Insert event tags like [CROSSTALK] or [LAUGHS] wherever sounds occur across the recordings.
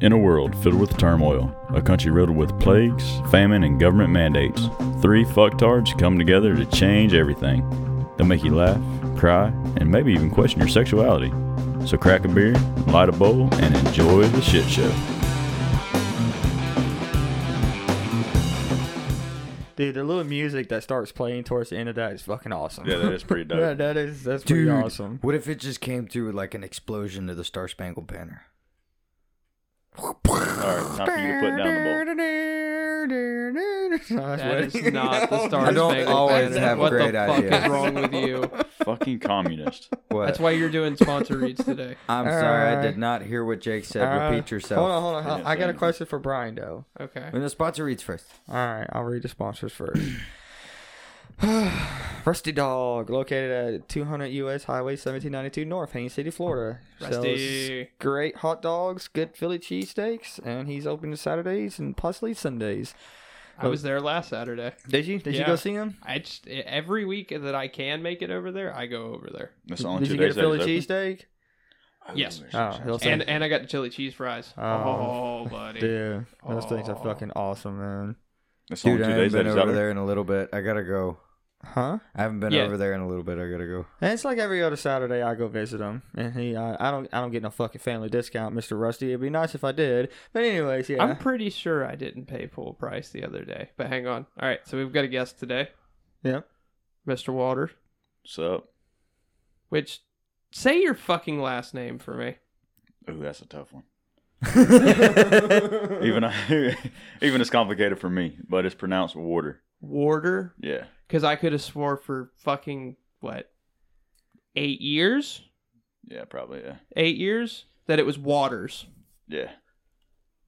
In a world filled with turmoil, a country riddled with plagues, famine, and government mandates, three fucktards come together to change everything. They'll make you laugh, cry, and maybe even question your sexuality. So crack a beer, light a bowl, and enjoy the shit show. Dude, the little music that starts playing towards the end of that is fucking awesome. that is [LAUGHS] pretty Yeah, that is that's pretty [LAUGHS] Dude, awesome. what if it just came through with like an explosion to the Star Spangled Banner? All right, time for you to put down the bowl. That That is not [LAUGHS] the Star I don't Spangled always Banner. have what great the fuck ideas. is wrong [LAUGHS] with you? Fucking communist. What? That's why you're doing sponsor reads today. I'm sorry, I Alright. did not hear what Jake said. Repeat yourself. Uh, Hold on, hold on. hold on. I got a anything. question for Brian though. Okay. When the sponsor reads first. All right, I'll read the sponsors first. [CLEARS THROAT] [SIGHS] Rusty Dog, located at 200 U.S. Highway 1792 North, Haines City, Florida. Sells Rusty. great hot dogs, good Philly cheesesteaks, and he's open Saturdays and possibly Sundays. I was there last Saturday. Did you? Did you Yeah. go see him? I just e, every week that I can make it over there, I go over there. That's the only Did two you days get a that Philly is open. cheesesteak? Yes. Oh, he'll say, And and I got the chili cheese fries. Oh, Oh, [LAUGHS] buddy. dude, those things are Oh. fucking awesome, man. That's the Dude, only I two haven't days that been is over open. there in a little bit. I gotta go. Huh? I haven't been Yeah. over there in a little bit. I gotta go. And it's like every other Saturday I go visit him, and he I, I don't I don't get no fucking family discount, Mister Rusty. It'd be nice if I did, but anyways, yeah. I'm pretty sure I didn't pay full price the other day. But hang on. All right, so we've got a guest today, Yep. Mr. Walter. What's up? Which say your fucking last name for me. Ooh, that's a tough [LAUGHS] one. even I, [LAUGHS] even it's complicated for me, but it's pronounced water. Warder, Yeah, because I could have swore for fucking what eight years, yeah, probably, yeah, eight years that it was Waters. yeah,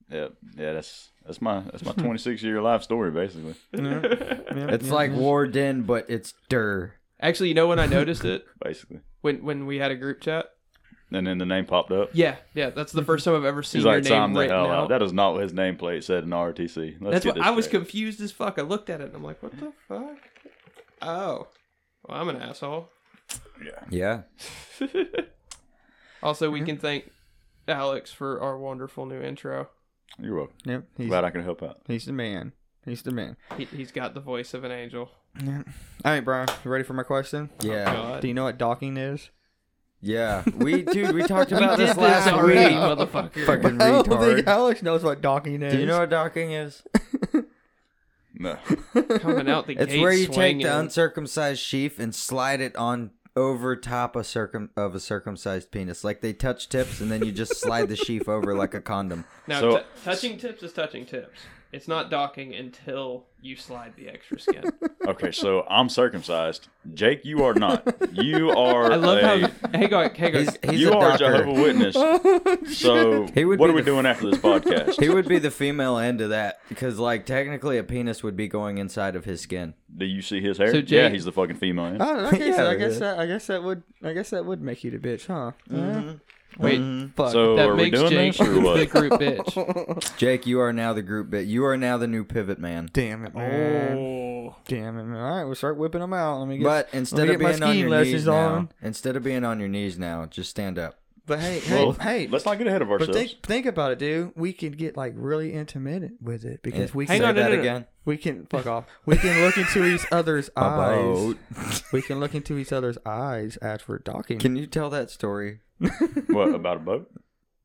yeah, yeah. That's that's my that's [LAUGHS] my 26 year life story basically. It's like Warden, but it's Dur. Actually, you know when I noticed it Basically, when when we had a group chat. and then the name popped up. Yeah, yeah, that's the first time I've ever seen He's your like, name time the written hell out. out. That is not what his nameplate said in ROTC. Let's That's get what this I was straight. confused as fuck. I looked at it and I'm like, what the fuck? Oh, well, I'm an asshole. Yeah. Also, we can thank Alex for our wonderful new intro. You're welcome. Yep, he's, Glad I can help out. he's the man. He's the man. He, he's got the voice of an angel. All right, Brian, you ready for my question? Yeah. Oh, God. Do you know what docking is? Yeah. We dude, we talked [LAUGHS] We about did this last already, week. [LAUGHS] motherfucker. Fucking I don't think retard. Oh, Alex knows what docking is. Do you know what docking is? [LAUGHS] No, Coming out the It's gate where you swinging. take the uncircumcised sheaf and slide it on over top a circum of a circumcised penis. Like they touch tips and then you just slide the sheaf over like a condom. Now, So- t- touching tips is touching tips. It's not docking until you slide the extra skin. okay, so I'm circumcised. Jake, you are not. [LAUGHS] You are. I love a, how. Hang on, hang on. He's he's you a are a docker. Jehovah [LAUGHS] Witness. So He would what be are we the- doing after this podcast? [LAUGHS] He would be the female end of that because, like, technically, a penis would be going inside of his skin. Do you see his hair? So, yeah, Jake- Uh, he's the fucking female. end. Oh, okay, Yeah, so I it guess is. that I guess that would I guess that would make you the bitch, huh? Mm-hmm. Wait, Fuck. So that are we makes doing Jake this or the what? group [LAUGHS] bitch. Jake, you are now the group bit. You are now the new pivot man. Damn it, man. Oh. Damn it, man. All right, we'll start whipping them out. Let me get. But let me instead get of my being on skiing your lessons knees on. now, instead of being on your knees now, just stand up. But hey, hey, Well, hey. let's not get ahead of But ourselves. think think about it, dude. We can get like really intimate with it because we Hang can Say on, no, that no, no. again. we can fuck off. We can look into each other's eyes. About- We can look into each other's eyes as we're docking. [LAUGHS] Can you tell that story? what about a boat?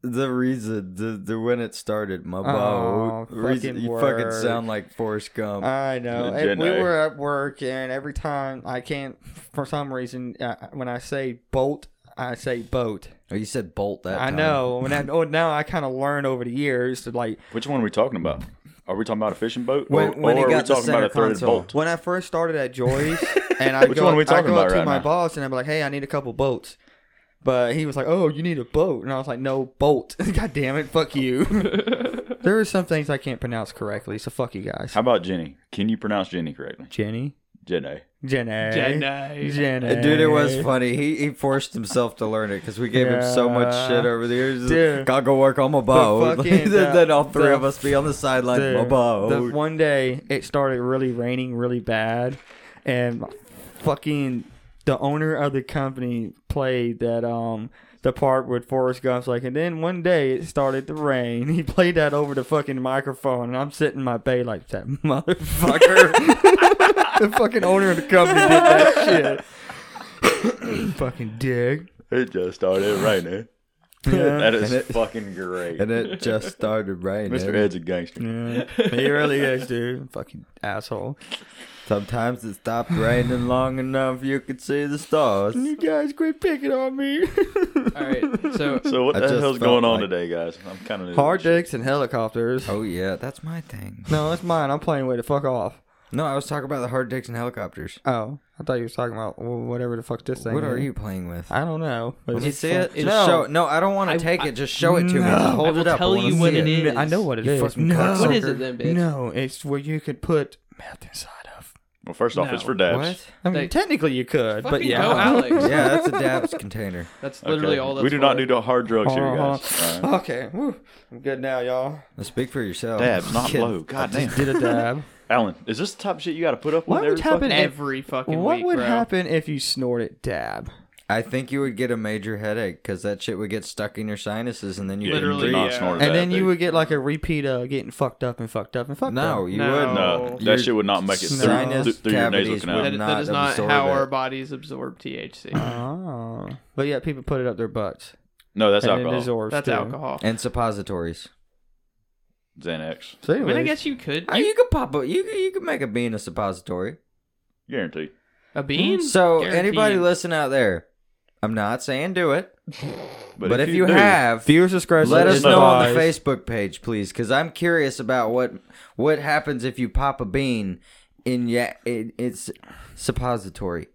The reason, the, the when it started, my Oh, boat. reason, fucking you fucking word. sound like Forrest Gump. I know. Uh, Hey, we Jedi. were at work, and every time I can't, for some reason, uh, when I say bolt, I say boat. oh, you said bolt that I time. know. When I, oh, now I kind of learned over the years to like Which one are we talking about? Are we talking about a fishing boat, When- or, when he or are we got the talking about a center threaded console. bolt? When I first started at Joy's, and I [LAUGHS] Which go, one are we I talking go up about to right my now? boss and I'm like, "Hey, I need a couple boats," but he was like, "Oh, you need a boat," and I was like, "No boat." [LAUGHS] God damn it, fuck you. [LAUGHS] there are some things I can't pronounce correctly, so fuck you guys. How about Jenny? Can you pronounce Jenny correctly? Jenny, Jenny. Jenny, Jenny. Jenny. Dude, it was funny. He, he forced himself to learn it because we gave him so much Yeah. shit over the years. Dude. Gotta go work on my boat. [LAUGHS] fucking- then all three the- of us be on the sideline. Dude, my the boat. one day it started really raining really bad, and fucking the owner of the company played that um the part with Forrest Gump's like, and then one day it started to rain. [LAUGHS] He played that over the fucking microphone, and I'm sitting in my bay like that [LAUGHS] motherfucker. the fucking owner of the company did [LAUGHS] that shit. [COUGHS] fucking dig. It just [SIGHS] started raining. Yeah. [LAUGHS] That is And it- fucking great. [LAUGHS] and it just started raining. Mr. Ed's a gangster. yeah. He really is, dude. Fucking asshole. Sometimes it stopped raining long enough you could see the [LAUGHS] stars. You guys quit picking on me. All right. [LAUGHS] So So what I the just hell's felt going on like- today, guys? I'm kind of Hard dicks and helicopters. Oh yeah, that's my thing. No, that's mine. I'm playing with it. Fuck off. No, I was talking about the hard dicks and helicopters. Oh, I thought you were talking about wh- whatever the fuck this thing What are is. you playing with? I don't know. Let me see it. Just No. show it. No, I don't want I- to take I- it. Just show it to me. No. Just hold I will it up. tell I wanna you see what it. it is. I know what it You is. fucking No. what is it then, bitch? No, it's where you could put meth inside of. Well, first off, it's No. for dabs. What? I mean, Like- technically you could, but Fucking yeah. go, [LAUGHS] Alex. yeah, that's a dabs container. [LAUGHS] That's Okay. literally all. That's we do not for. do the hard drugs here, guys. Uh-huh. All right. [LAUGHS] Okay, whew. I'm good now, y'all. Now speak for yourself. [LAUGHS] Dabs, not Kid. blow. God damn. Did a dab. Alan, is this the type of shit you got to put up What with would every happen fucking if- every [LAUGHS] fucking what week, would bro. happen if you snorted dab? I think you would get a major headache because that shit would get stuck in your sinuses, and then you Yeah, couldn't you Literally, did not yeah. snort And that, And then you dude. would get like a repeat of getting fucked up and fucked up and fucked breathe. No, up. you No. wouldn't. No, Your that shit would not make it through, sinus th- through your nasal cavities canal. That, would- that is Not not absorb how it. our bodies absorb [LAUGHS] THC. Oh. But yeah, people put it up their butts. no, that's and it alcohol. absorbs That's too. alcohol. And suppositories. Xanax, So I anyways, mean, I guess you could. You, You, you could pop a you could- you could make a bean a suppository. guaranteed. a bean. So anybody Guaranteed. Oh. listen out there, I'm not saying do it, but, if, you, do, have, viewers subscribe. let us know on the advised. Facebook page, please, because I'm curious about what what happens if you pop a bean in yeah it, it's suppository.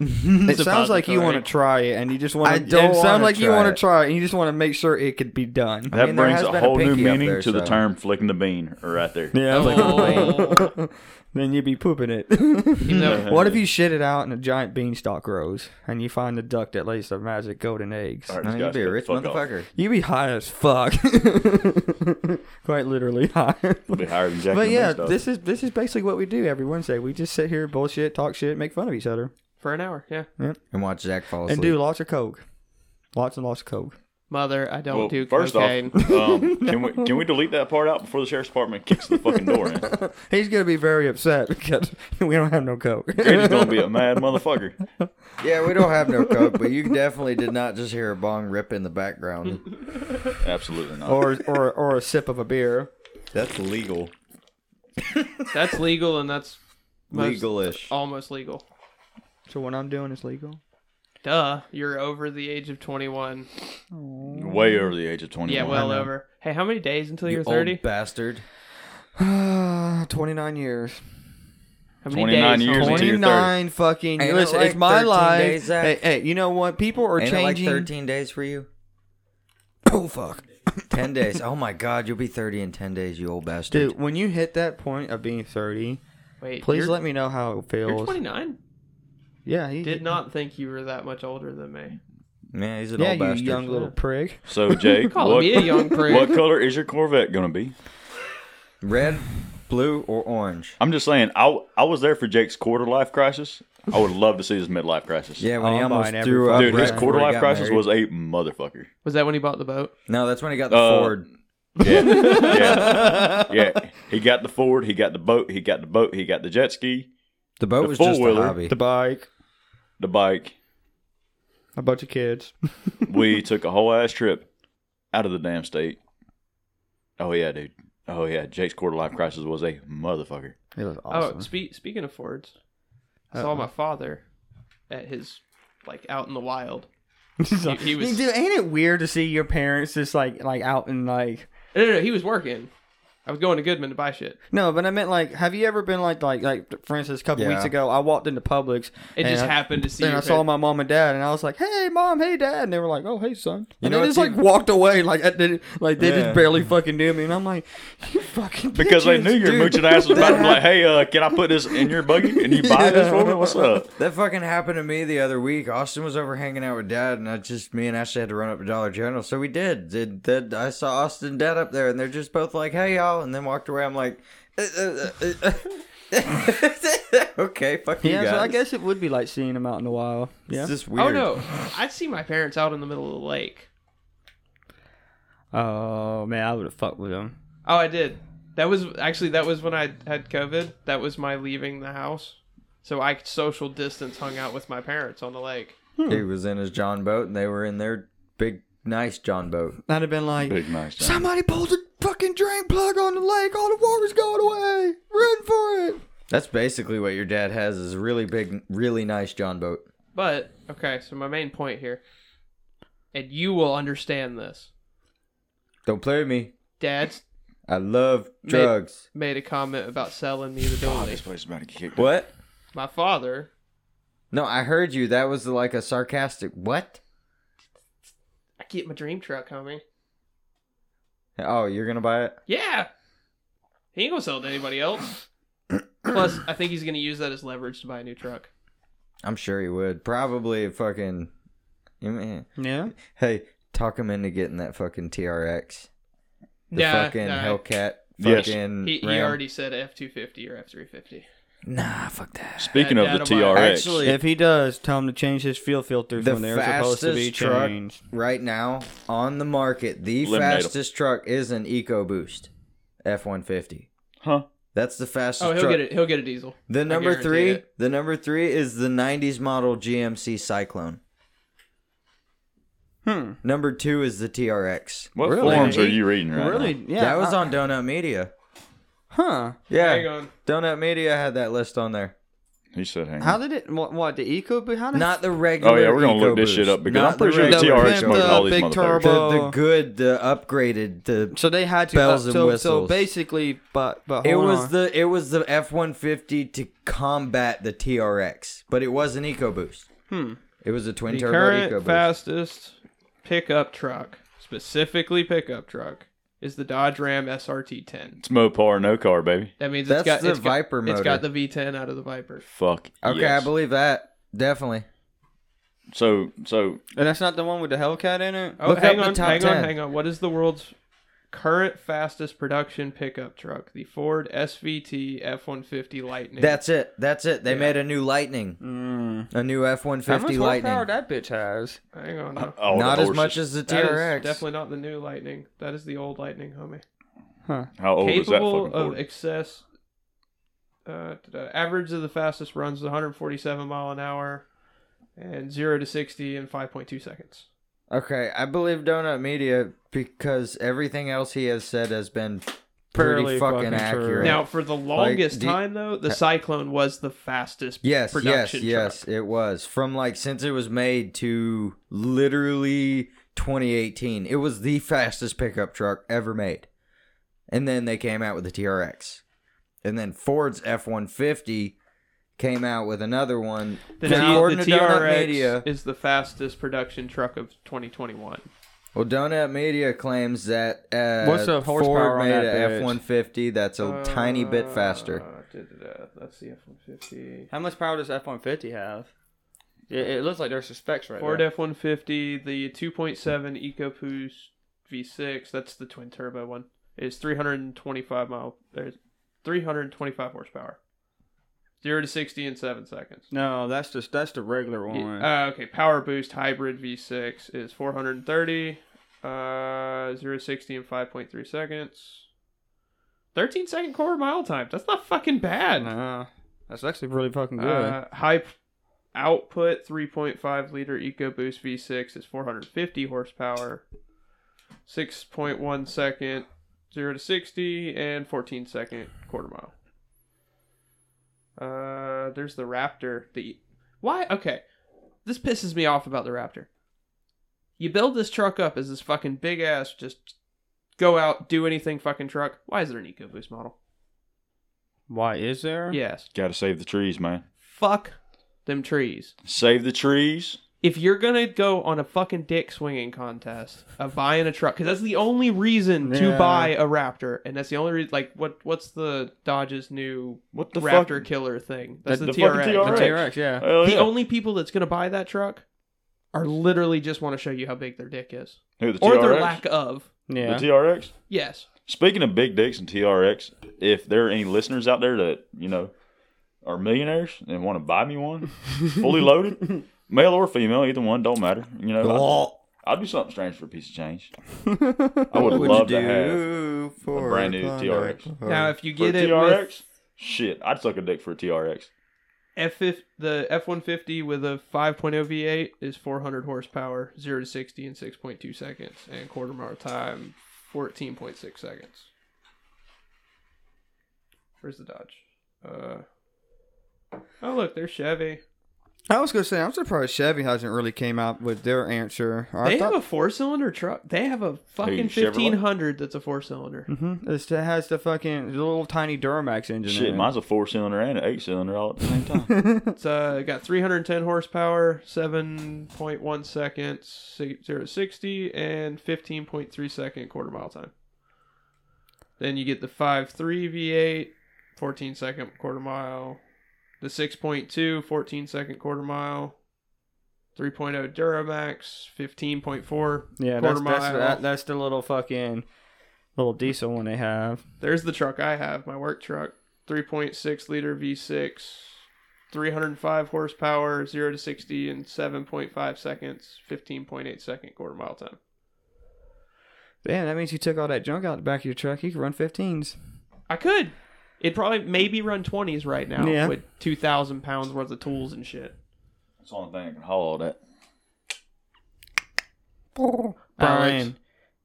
It sounds like you Suppository. want to try it, and you just want. I to. It don't sounds wanna like you try want it. to try it, and you just want to make sure it could be done. that mean, there brings has a been a whole new pinky up meaning there, to the so- term "flicking the bean" right [LAUGHS] there. [LAUGHS] Yeah, I was like, [LAUGHS] Oh. then you'd be pooping it. You [LAUGHS] [LAUGHS] know, what if you shit it out and a giant beanstalk grows, and you find the duck that lays the magic golden eggs? All right, I this mean, you'd guy's be a cut the rich fuck off. motherfucker. You'd be high as [LAUGHS] fuck, quite literally high. Be higher than Jack. But and the yeah, Beanstalk. this is this is basically what we do every Wednesday. We just sit here, bullshit, talk shit, make fun of each other, for an hour? Yeah, And watch Zach fall asleep. and do lots of coke, lots and lots of coke. mother, I don't Well, do first cocaine. off, [LAUGHS] um, can we can we delete that part out before the sheriff's department kicks the fucking door [LAUGHS] in? He's gonna be very upset [LAUGHS] because we don't have no [LAUGHS] coke. He's gonna be a mad motherfucker. yeah, we [LAUGHS] don't have no coke, but you definitely did not just hear a bong rip in the background. Absolutely not. or or or a sip of a beer. That's legal, that's legal, and that's most- legalish. almost legal. So what I'm doing is legal. Duh, you're over the age of 21. Way over the age of twenty. Yeah, well uh, over. Hey, how many days until you are You 30? old bastard. Twenty nine Uh, years. How many 29 days? years homie? until you're- Twenty nine fucking. Ain't it listen, like it's my 13 life. days, Zach? hey, hey, you know what? People are Ain't changing. it like 13 days for you? Oh fuck, 10 days. Oh my god, you'll be 30 in 10 days, you old bastard. dude. When you hit that point of being thirty, Wait, please you're, let me know how it You're feels. 29. yeah, he Did not think you were that much older than me. Yeah, he's an Yeah, old you bastard. young little prig. So Jake, [LAUGHS] Call what, me a young prig. what color is your Corvette gonna be? Red, blue, or orange? I'm just saying, I I was there for Jake's quarter life crisis. I would love to see his midlife crisis. Yeah, when Oh, he I'm almost buying threw every up. Dude, right his before quarter he life got crisis married. was a motherfucker. Was that when he bought the boat? No, that's when he got the Uh, Ford. Yeah, [LAUGHS] yeah, yeah. He got the Ford, he got the boat, he got the boat, he got the jet ski, The boat the was just a four-wheeler, hobby. The bike, the bike. a bunch of kids. [LAUGHS] We took a whole ass trip out of the damn state. Oh yeah, dude. Oh yeah, Jake's quarter life crisis was a motherfucker. It was Oh, awesome. spe- speaking of Fords, I saw my father at his like out in the wild. he, [LAUGHS] [LAUGHS] he was Dude, ain't it weird to see your parents just like like out and like no, no, no, he was working. I was going to Goodman to buy shit. No, but I meant like, have you ever been like, like, like for instance, a couple Yeah. weeks ago, I walked into Publix. It and just I- happened to see. And your I saw pa- my mom and dad, and I was like, "Hey, mom, hey, dad," and they were like, "Oh, hey, son," and know they just what's like even- walked away, like I did, like they Yeah. just barely fucking knew me, and I'm like, "You fucking Because they knew your dude." mooching ass was about to be like, hey, uh, can I put this in your buggy? And you buy this for me? What's up? That fucking happened to me the other week. Austin was over hanging out with Dad, and I just me and Ashley had to run up to Dollar General, so we did. Did, did I [LAUGHS] saw Austin and Dad up there, and they're just both like, "Hey y'all," and then walked away. I'm like, uh, uh, uh, uh. okay, fuck you Yeah, guys. so I guess it would be like seeing him out in the wild. Yeah. It's just weird. Oh no, I'd see my parents out in the middle of the lake. Oh man, I would have fucked with him. Oh, I did. That was actually that was when I had COVID. That was my leaving the house. So I social distance hung out with my parents on the lake. He was in his John boat, and they were in their big, nice John boat. I'd have been like, Big nice. John. somebody pulled the fucking drain plug on the lake. All the water's going away. Run for it. That's basically what your dad has is a really big, really nice John boat. But okay, so my main point here, and you will understand this. Don't play with me. Dad's I love drugs. made a comment about selling me the building. place is about to kick. What? My father. No, I heard you. That was like a sarcastic what? I keep my dream truck, homie. Oh, you're gonna buy it? Yeah. He ain't gonna sell it to anybody else. Plus, I think he's gonna use that as leverage to buy a new truck. I'm sure he would. Probably fucking. you mean- Yeah. Hey, talk him into getting that fucking TRX, the Nah, fucking nah. Hellcat. Yes. Fucking He, he Ram. already said F two fifty or F three fifty. Nah, fuck that. Speaking Dad- of the Dad will buy TRX, it. Actually, If he does, tell him to change his fuel filters the when they're supposed to be fastest truck changed. right now on the market, the Eliminate 'em. fastest truck is an EcoBoost F150. huh? That's the fastest Oh, he'll truck. get it. He'll get a diesel. I The number guarantee three, it. the number three is the '90s model GMC Cyclone. Hmm. Number two is the TRX. What Really? forms are you reading right Really? now? Yeah. that was uh, I- on Donut Media. Huh. Hang Yeah, on. Donut Media had that list on there. He said, "Hang How on." did it? What? what the eco? But how did? Not the regular. Oh yeah, we're gonna look this EcoBoost. shit up because Not I'm pretty sure the the regular TRX EcoBoost. smoking all these Big motherfuckers. turbo. The, the good, the upgraded, the so they had to uh, Bells and so, So whistles. basically, but but hold It was on. the it was the F one fifty to combat the TRX, but it was an EcoBoost. Hmm. It was a twin The turbo current EcoBoost. fastest pickup truck, specifically pickup truck, is the Dodge Ram SRT10. It's Mopar, no car, baby. That means That's it's got the it's got- Viper It's motor. got the V10 out of the Viper. Fuck. okay, yes. I believe that definitely. So, so and that's not the one with the Hellcat in it. Oh, Look hang up the on, top hang on, 10. hang on. What is the world's current fastest production pickup truck? The Ford SVT F150 Lightning. That's it. That's it. They made a new Lightning, Mm. a new F one How much fifty horsepower Lightning. that bitch has? hang on. no. all Not the as horses. much as the That is TRX. definitely not the new Lightning. That is the old Lightning, homie. How old Oh, is that Capable fucking of Ford? excess. Uh, da-da. average of the fastest runs is 147 mile an hour, and zero to 60 in 5.2 seconds. Okay, I believe Donut Media because everything else he has said has been pretty Fairly fucking, fucking true. accurate. Now, for the longest do you- time though, the Cyclone was the fastest. Yes, yes, production yes, truck. it was. From like since it was made to literally 2018, it was the fastest pickup truck ever made. And then they came out with the TRX. And then Ford's F150 came out with another one. The, Now, T- according the to Donut TRX Media, is the fastest production truck of 2021. well, Donut Media claims that uh, What's the horsepower Ford on made that bitch? a 150 that's a tiny bit faster. Uh, da-da-da. That's the F-150. How much power does F one fifty have? It, it looks like there's some specs right Ford there. F-150, the 2.7 EcoBoost V6. That's the twin turbo one. Is 325 mile. There's 325 horsepower. Zero to 60 in seven seconds. No, that's just that's the regular one. Yeah, uh, okay, Power Boost Hybrid V6 is 430, uh, 0 to 60 in 5.3 seconds. 13 second quarter mile time. That's not fucking bad. no, that's actually really fucking good. Uh, high p- output 3.5 liter EcoBoost V6 is 450 horsepower, 6.1 second 0 to 60, and 14 second quarter mile. Uh, there's the Raptor. The E, why? Okay, this pisses me off about the Raptor. You build this truck up as this fucking big ass just go out do anything fucking truck. Why is there an EcoBoost model? Why is there? Yes, Got to save the trees, man. fuck them trees. Save the trees. if you're gonna go on a fucking dick swinging contest of buying a truck, because that's the only reason Yeah. to buy a Raptor, and that's the only reason. Like, what what's the Dodge's new What the fuck? Raptor killer thing? That's the, The fucking TRX. The TRX. TRX, yeah. Hell The Oh, yeah. only people that's gonna buy that truck are literally just want to show you how big their dick is Who, the or TRX? their lack of. yeah. The TRX. Yes, Speaking of big dicks and TRX, if there are any listeners out there that you know are millionaires and want to buy me one, fully loaded, male or female, either one, don't matter. You know, I, I'd do something strange for a piece of change. I would What love you to have Ooh, for brand new Klondike TRX. bar. Now, if you Oh. for a get it TRX. with Shit, I'd suck a dick for a TRX. F the F one fifty with a five V8 is four hundred horsepower, zero to sixty in six point two seconds, and quarter mile time fourteen point six seconds. Where's the Dodge? Uh, oh look, there's Chevy. I was gonna say I'm surprised Chevy hasn't really came out with their answer. I they thought have a four cylinder truck. They have a fucking Chevrolet? fifteen hundred that's a four cylinder. Mhm. It's- it has the fucking the little tiny Duramax engine. Shit, in it. mine's a four cylinder and an eight cylinder all at the same time. It's uh, got 310 horsepower, 7.1 seconds, si- 0 to 60, and 15.3 second quarter mile time. Then you get the 5.3 V8, 14 second quarter mile, the 6.2, 14 second quarter mile, 3.0 Duramax, 15.4. Yeah, that's, quarter that's, mile. that, that's the little fucking little diesel one they have. There's the truck I have, my work truck, 3.6 liter V6, 305 horsepower, 0 to 60 in 7.5 seconds, 15.8 second quarter mile time. Damn, that means you took all that junk out the back of your truck. You could run 15s. I could. It'd probably maybe run 20s right now Yeah. with 2,000 pounds worth of tools and shit. That's the only thing that can haul all that. Brian,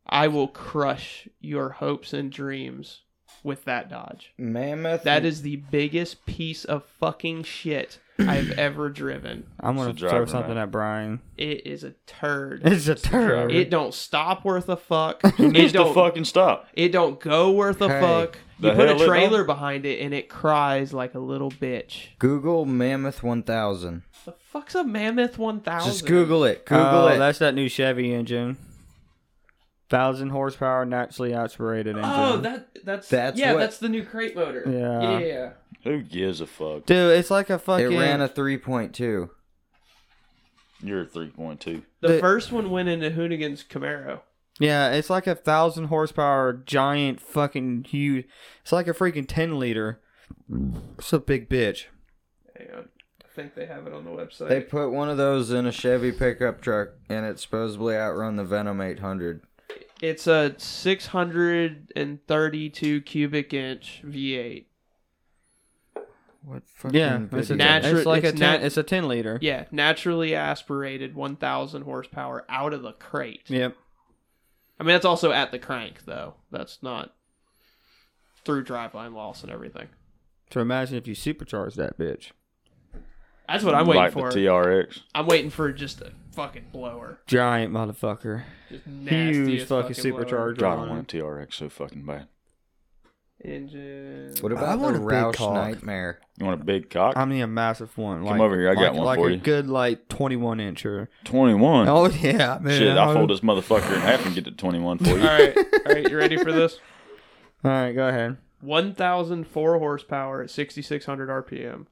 I will crush your hopes and dreams with that Dodge. Mammoth. That is the biggest piece of fucking shit I've ever driven. I'm gonna It's the driver, throw something at Brian. It is a [LAUGHS] turd. It's a turd. It don't stop worth a fuck. Who it needs to don't. fucking stop? It don't go worth a Hey, fuck. You the put hell a it trailer behind it and it cries like a little bitch. Google Mammoth 1000. The fuck's a mammoth one thousand? Just Google it. Google oh, it. that's that new Chevy engine. Thousand horsepower naturally aspirated engine. Oh, that that's, That's yeah, what- that's the new crate motor. Yeah. yeah. Who gives a fuck? dude, it's like a It fucking. ran a 3.2. You're a 3.2. The, The- first one went into Hoonigan's Camaro. yeah, it's like a thousand horsepower giant fucking huge. It's like a freaking ten liter. It's a big bitch. Hang on, I think they have it on the website. They put one of those in a Chevy pickup truck, and it supposedly outrun the Venom 800. It's a 632 cubic inch V8. What fucking Yeah, it's, a, Nat- Natural- it's like it's a ten. nat- it's a ten liter. Yeah, naturally aspirated 1,000 horsepower out of the crate. Yep. I mean, that's also at the crank, though. That's not through driveline loss and everything. So imagine if you supercharge that bitch. That's what I'm waiting like for. the TRX. I'm waiting for just a fucking blower. Giant motherfucker. Just nasty Huge as fucking blower. supercharger. God, I on want it. a TRX so fucking bad. Engine. What I about want the a big Roush cock. Nightmare? You want a big cock? I mean a massive one. Like, over here, I got like- one like for a you. Good like twenty one incher. 21. Oh [LAUGHS] yeah, man. Shit, I'll fold this motherfucker in half and get to 21 for All you. right, all right. You ready for this? [LAUGHS] All right, go ahead. 1,004 horsepower at 6,600 RPM.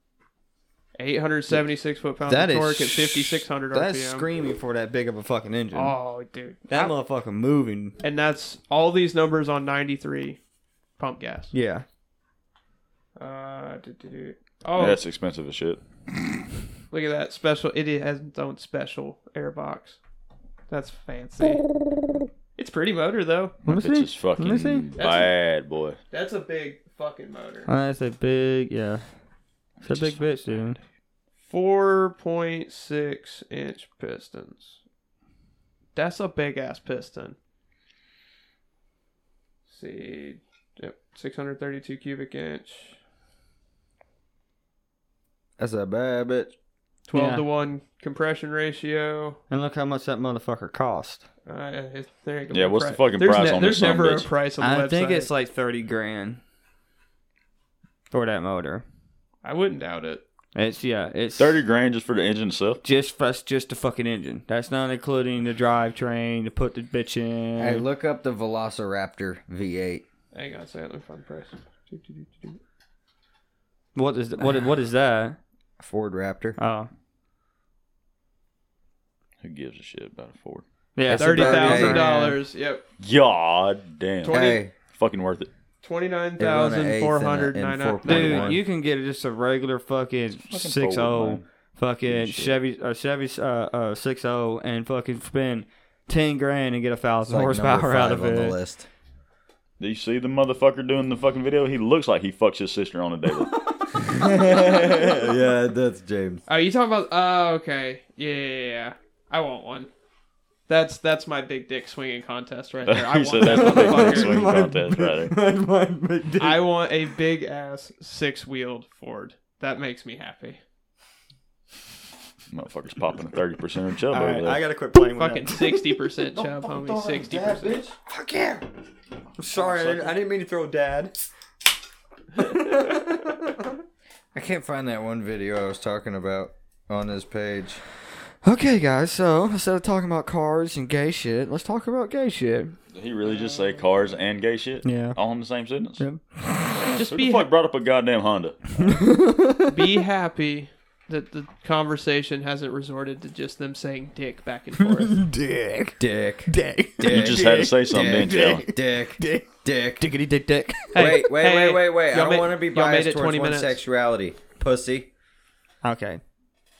876 foot pounds That of is torque at sh- 5,600 That's RPM. screaming for that big of a fucking engine. Oh, dude. that motherfucker moving. and that's all these numbers on 93 pump gas. Yeah. Uh, do, do, do. Oh, That's expensive as shit. Look at that special. It has its own special airbox. That's fancy. It's pretty motor though. Let me It's see. just fucking Let me see. bad, boy. That's a big fucking motor. Oh, that's a big yeah. It's a big bitch, dude. Four point six inch pistons. That's a big ass piston. see, yep, six hundred thirty-two cubic inch. That's a bad bitch. Twelve Yeah. to one compression ratio. And look how much that motherfucker cost. Uh, it- there ain't gonna Yeah, be a what's the pri- fucking there's price on this There's son of a never a bitch? price on the website. like thirty grand for that motor. I wouldn't doubt it. It's yeah. It's 30 grand just for the engine itself? Just that's just the fucking engine. That's not including the drivetrain to put the bitch in. Hey, look up the Velociraptor V8. Hang on a second, let me find the price. Do-do-do-do-do. What is what? What is that? Ford Raptor. Oh, Who gives a shit about a Ford? yeah, That's a Thirty bad thousand idea. dollars. Yep. God damn. Twenty- Hey, Fucking worth it. Twenty nine thousand four hundred and ninety four nine. point Dude, Dude, one. you can get just a regular fucking six oh. zero, fucking Shit. Chevy or Chevy uh, uh six zero, and fucking spend ten grand and get a It's thousand like number horsepower out five of on the [LAUGHS] it. list. Do you see the motherfucker doing the fucking video? He looks like he fucks his sister on a daily. [LAUGHS] [LAUGHS] yeah, that's James. Oh, you talking about? Oh, okay. Yeah, yeah, yeah. I want one. That's that's my big dick swinging contest [LAUGHS] right there. he I want said that's the that big dick motherfucker. swing contest right there. [LAUGHS] I want a big ass six wheeled Ford. That makes me happy. Motherfucker's popping a 30% of chub All over right, there. I gotta quit playing with Fucking that. sixty percent chub, homie. Sixty percent. Fuck yeah! I'm sorry, I didn't, I didn't mean to throw dad. I can't find that one video I was talking about on his page. Okay, guys, so instead of talking about cars and gay shit, let's talk about gay shit. Did he really just say cars and gay shit? Yeah. All in the same sentence? Yeah. Just Who be the fuck brought up a goddamn Honda? be happy that the conversation hasn't resorted to just them saying dick back and forth. [LAUGHS] Dick. Dick. Dick. Dick. [LAUGHS] You just had to say something, Dick. didn't you? Alan? Dick. [LAUGHS] Dick. Dick. Dick. Dickety dick dick. Hey, Wait, wait, hey, wait, wait, wait. I y'all don't made- want to be y'all made biased it towards 20 one minutes. sexuality. Pussy. Okay.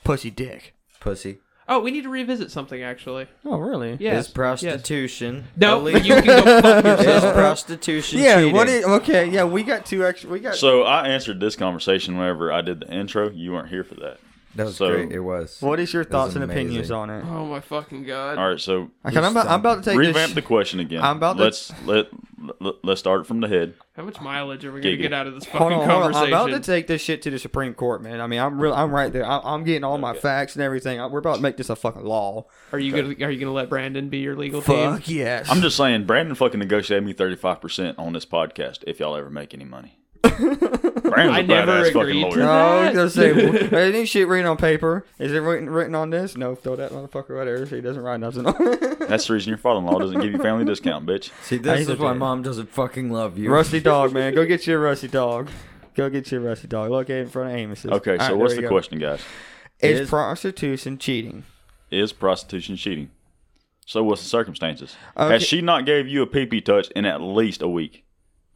Pussy dick. Pussy. Oh, we need to revisit something actually. Oh, really? Yes. is yes. prostitution. No, illegal? [LAUGHS] you [LAUGHS] can go [LAUGHS] fuck is yourself. prostitution Yeah, cheating? what is, okay, yeah, we got two extra, we got, So I answered this conversation whenever I did the intro. You weren't here for that. that was so- great. It was. what is your thoughts and opinions amazing. on it? Oh my fucking god. All right, so Okay, I'm about, I'm about to take revamp this. the question again. I'm about to- let's let, let let's start from the head. How much mileage are we gonna Giggity. get out of this fucking Hold on, hold on. I'm conversation? about to take this shit to the Supreme Court, man. I mean, I'm real. I'm right there. I, I'm getting all my facts and everything. I, we're about to make this a fucking law. Are you gonna Are you gonna let Brandon be your legal team? Fuck yes. I'm just saying, Brandon fucking negotiated me 35 percent on this podcast. If y'all ever make any [LAUGHS] money, Brandon's a I never badass fucking agreed to lawyer. that. No, I was gonna say hey, ain't shit written on paper. Is it written written on this? No, throw that motherfucker right there. He doesn't write nothing. That's the reason your father-in-law doesn't give you family discount, [LAUGHS] bitch. See, I this used is to why do. mom doesn't fucking love you. rusty dog, man. Go get your rusty dog. Go get your rusty dog. Look in front of Amos's. Okay, All right, so there what's you the go. question, guys? Is, Is- prostitution cheating? Is prostitution cheating? So what's the circumstances? Okay. Has she not gave you a pee-pee touch in at least a week?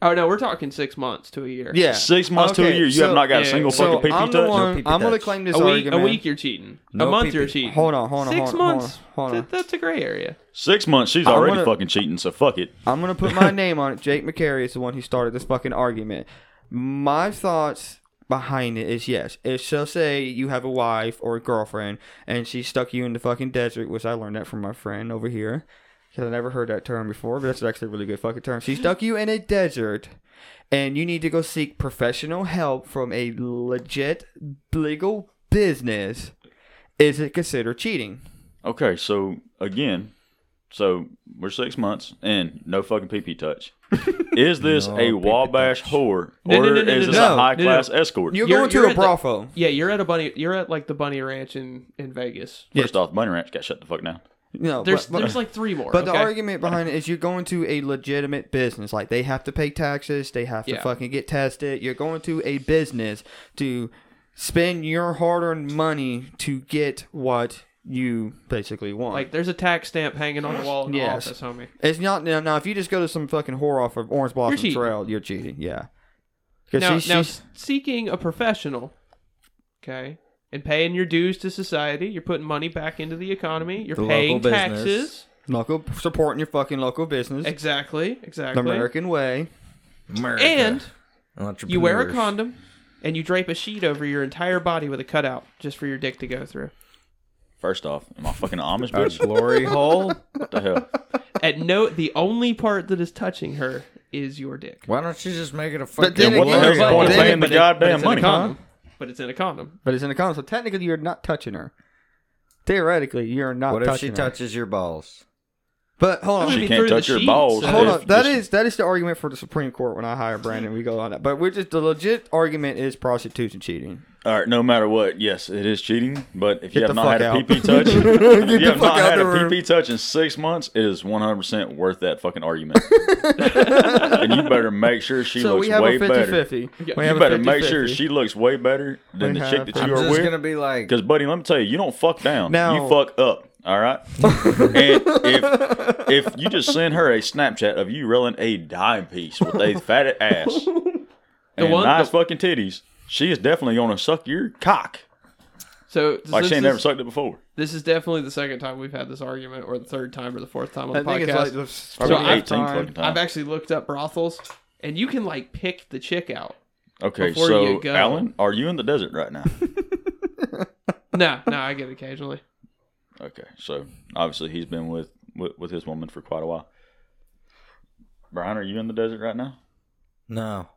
Oh no, we're talking six months to a year. Yeah, Six months to a Okay, year, you so- have not got a yeah, single So fucking pee-pee I'm touch? the one. pee-pee I'm gonna touch. claim this A week, argument. a week you're cheating. No a month pee-pee. you're cheating. Hold on, hold on, Six hold on, months. hold on, hold on. Th- that's a gray area. Six months, she's I already wanna- fucking cheating, so fuck it. I'm gonna put [LAUGHS] my name on it. Jake McCary is the one who started this fucking argument. My thoughts behind it is yes. If so, say you have a wife or a girlfriend, and she stuck you in the fucking desert, which I learned that from my friend over here, because I never heard that term before, but that's actually a really good fucking term. She [LAUGHS] stuck you in a desert, and you need to go seek professional help from a legit legal business. Is it considered cheating? Okay, so again, so we're six months and no fucking pee pee [LAUGHS] touch. Is this No a pee-pee Wabash touch. whore, No, or no, no, no, is no, this no, a no. high class escort? You're, You're- going to you're a at the- brothel. Yeah, you're at a bunny. You're at like the bunny ranch in in Vegas. First off, Bunny Ranch got shut the fuck down. no, There's but- but- there's like three more. But okay? the argument behind it is you're going to a legitimate business. Like they have to pay taxes, they have to Yeah. fucking get tested. You're going to a business to spend your hard-earned money to get what you basically want. like there's a tax stamp hanging on the wall in the Yes. office, homie. it's not now, now. If you just go to some fucking whore off of Orange Blossom cheating. Trail, you're cheating. Yeah. Now, Because now seeking a professional, okay, and paying your dues to society, you're putting money back into the economy, you're The local paying business. taxes. local supporting your fucking local business, Exactly, the exactly. American way. America. And you wear a Entrepreneurs. condom and you drape a sheet over your entire body with a cutout just for your dick to go through. First off, am I fucking Amish [LAUGHS] A bitch? Uh, glory Oh. hole? what the hell? At [LAUGHS] no, the only part that is touching her is your dick. Why don't you just make it a fucking then And what the again- hell's the but- point of but- paying the but it- but goddamn it's in a money? condom. But it's in a condom. But it's in the comments, so technically you're not touching her. Theoretically, you're not. What if she touching her. touches your balls? But hold on, I mean, She be can't through touch the your sheets, balls. so- Hold if on, that just- is that is the argument for the Supreme Court. When I hire Brandon, we go on that. But we're just the legit argument is prostitution cheating. All right, no matter what, yes, it is cheating. But if you have Get the not had fuck a out. [LAUGHS] pee pee touch, Get if you the have fuck not out had a the room. pee pee touch in six months, it is 100% worth that fucking [LAUGHS] argument. and you better make sure she so looks we have way a better. 50-50. We You have better a 50-50. make sure she looks way better than We the chick have- that I'm you I'm are just with. gonna be like, Because, buddy, let me tell you, you don't fuck down. Now- you fuck up. All right. and if if you just send her a Snapchat of you reeling a dime piece with a fat [LAUGHS] ass and one- nice the- fucking titties, she is definitely gonna suck your cock So like since she ain't this, never sucked it before. this is definitely the second time we've had this argument, or the third time, or the fourth time on the I think podcast. it's like the so Probably I've- 18 fucking I've times. actually looked up brothels, and you can like pick the chick out. Okay, before so you go- Alan, are you in the desert right now? [LAUGHS] No, no, I get it occasionally. okay, so obviously he's been with, with with his woman for quite a while. Brian, are you in the desert right now? No.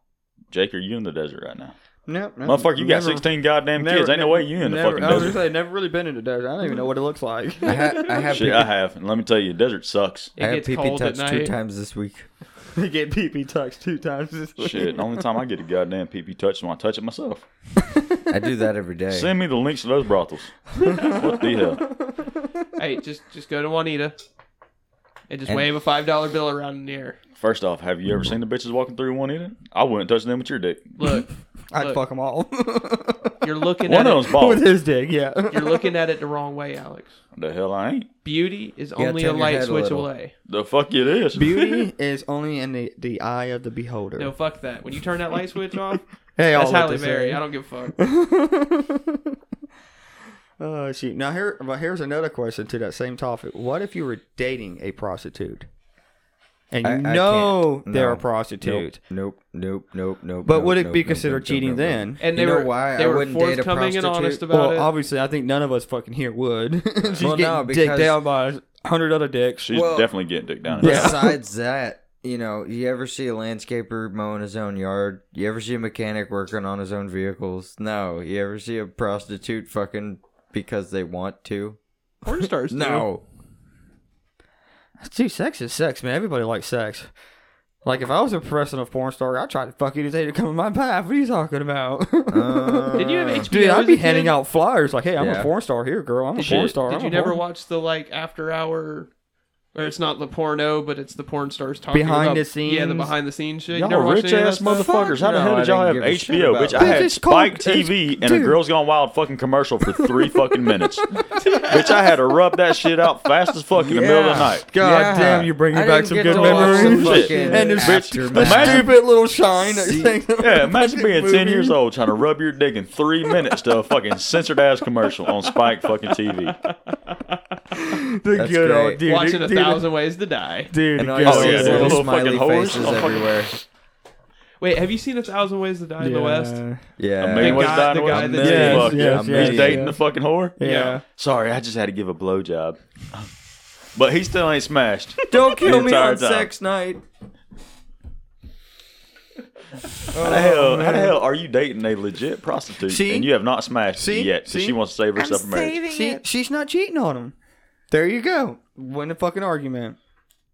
Jake, are you in the desert right now? Nope, nope, Motherfucker, you got never- 16 goddamn never- kids. Ain't no way you in the never- fucking I was gonna desert. say, I've never really been in the desert. I don't even know what it looks like. [LAUGHS] I, ha- I have Shit, I have. And let me tell you, desert sucks. It I have gets pee pee cold at touched two night. times this week. you get pee pee tucks two times [LAUGHS] this week. Shit, the only time I get a goddamn pee pee touch is when I touch it myself. I do that [LAUGHS] every day. Send me the links to those [LAUGHS] brothels. what the hell? hey, just just go to Juanita and just And- wave a five dollar bill around in the air. First off, have you ever seen the bitches walking through one eating? I wouldn't touch them with your dick. Look, I'd Look. fuck them all [LAUGHS] you're looking One at of it, them's bald. with his dick. Yeah. [LAUGHS] you're looking at it the wrong way, Alex. The hell I ain't. Beauty is gotta only a turn your light head a switch little. away. The fuck it is. Beauty is only in the, the eye of the beholder. No, fuck that. When you turn that light [LAUGHS] switch off, Hey, that's all Halle what they Berry. say. I don't give a fuck. Oh shoot! Now here, well, here's another question to that same topic. What if you were dating a prostitute, and you I- I know can't. they're No. a prostitute, Nope, nope, nope, nope. but nope, would it nope, be nope, considered nope, cheating nope, nope, then? And You they know were why they I were wouldn't date a forthcoming and prostitute? honest about Well, it. obviously, I think none of us fucking here would. She's Well, getting no, dicked because- down by a hundred other dicks. She's Well- definitely getting dick down. nope. Yeah. [LAUGHS] Besides that, you know, you ever see a landscaper mowing his own yard? You ever see a mechanic working on his own vehicles? No. You ever see a prostitute fucking because they want to? Porn stars. [LAUGHS] do. No. Dude, sex is sex, man. Everybody likes sex. Like if I was a professional porn star, I'd try to fuck you today to come in my path. What are you talking about? Uh, Did you have HBO? [LAUGHS] Dude, as I'd a be kid? handing out flyers like, "Hey, I'm Yeah. a porn star here, girl. I'm a Shit. porn star." Did I'm you a never porn- watch the like after hour? Or it's not the porno, but it's the porn stars talking Behind about- the scenes? Yeah, the behind the scenes shit. You Y'all never watched rich any of ass that stuff? motherfuckers. How the No, hell I did y'all have didn't give a shit HBO? about Bitch, that. I had It's called- Spike TV and a dude. Girls Gone Wild fucking commercial for three fucking minutes. Bitch, I had to rub that shit out fast as fuck in the middle of the night. God Yeah. damn, you're bringing I back didn't some get good to watch [LAUGHS] memories. some fucking and this bitch, the aftermath. stupid little shine that you think. Yeah, [LAUGHS] imagine being movie. ten years old trying to rub your dick in three minutes to a fucking censored ass commercial on Spike fucking TV. The That's good great. old dude. Watching [LAUGHS] a dude, thousand ways to die. Dude, And the all good you Oh, old see yeah, is they're little little fucking smiley whores. [LAUGHS] faces Oh, fucking- everywhere. Wait, have you seen a thousand ways to die in the West? Yeah. Amazing guy- West Dine the West. guy that Amazing did- fuck, Yes, yeah. yes, yes, He's dating yes. the fucking whore. Yeah. Yeah. Sorry, I just had to give a blowjob. But he still ain't smashed. Don't [LAUGHS] kill me entire on time. sex night. How the hell, how the hell are you dating a legit prostitute See? and you have not smashed See? yet? So See? she wants to save herself a marriage. She, she's not cheating on him. There you go. Win the fucking argument.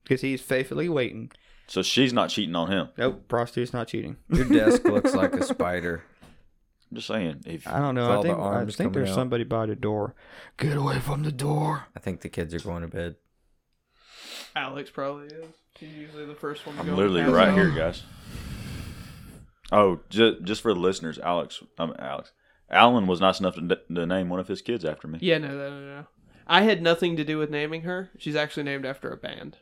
Because he's faithfully waiting. So she's not cheating on him. Nope, prostitute's not [LAUGHS] cheating. Your desk looks like [LAUGHS] a spider. I'm just saying. If I don't With know. I all the think, I arms think coming there's out. somebody by the door. Get away from the door. I think the kids are going to bed. Alex probably is. She's usually the first one. To I'm go literally pass right out. here, guys. Oh, just, just for the listeners, Alex, I'm Alex. Alan was nice enough to, n- to name one of his kids after me. Yeah, no, no, no, no. I had nothing to do with naming her. She's actually named after a band.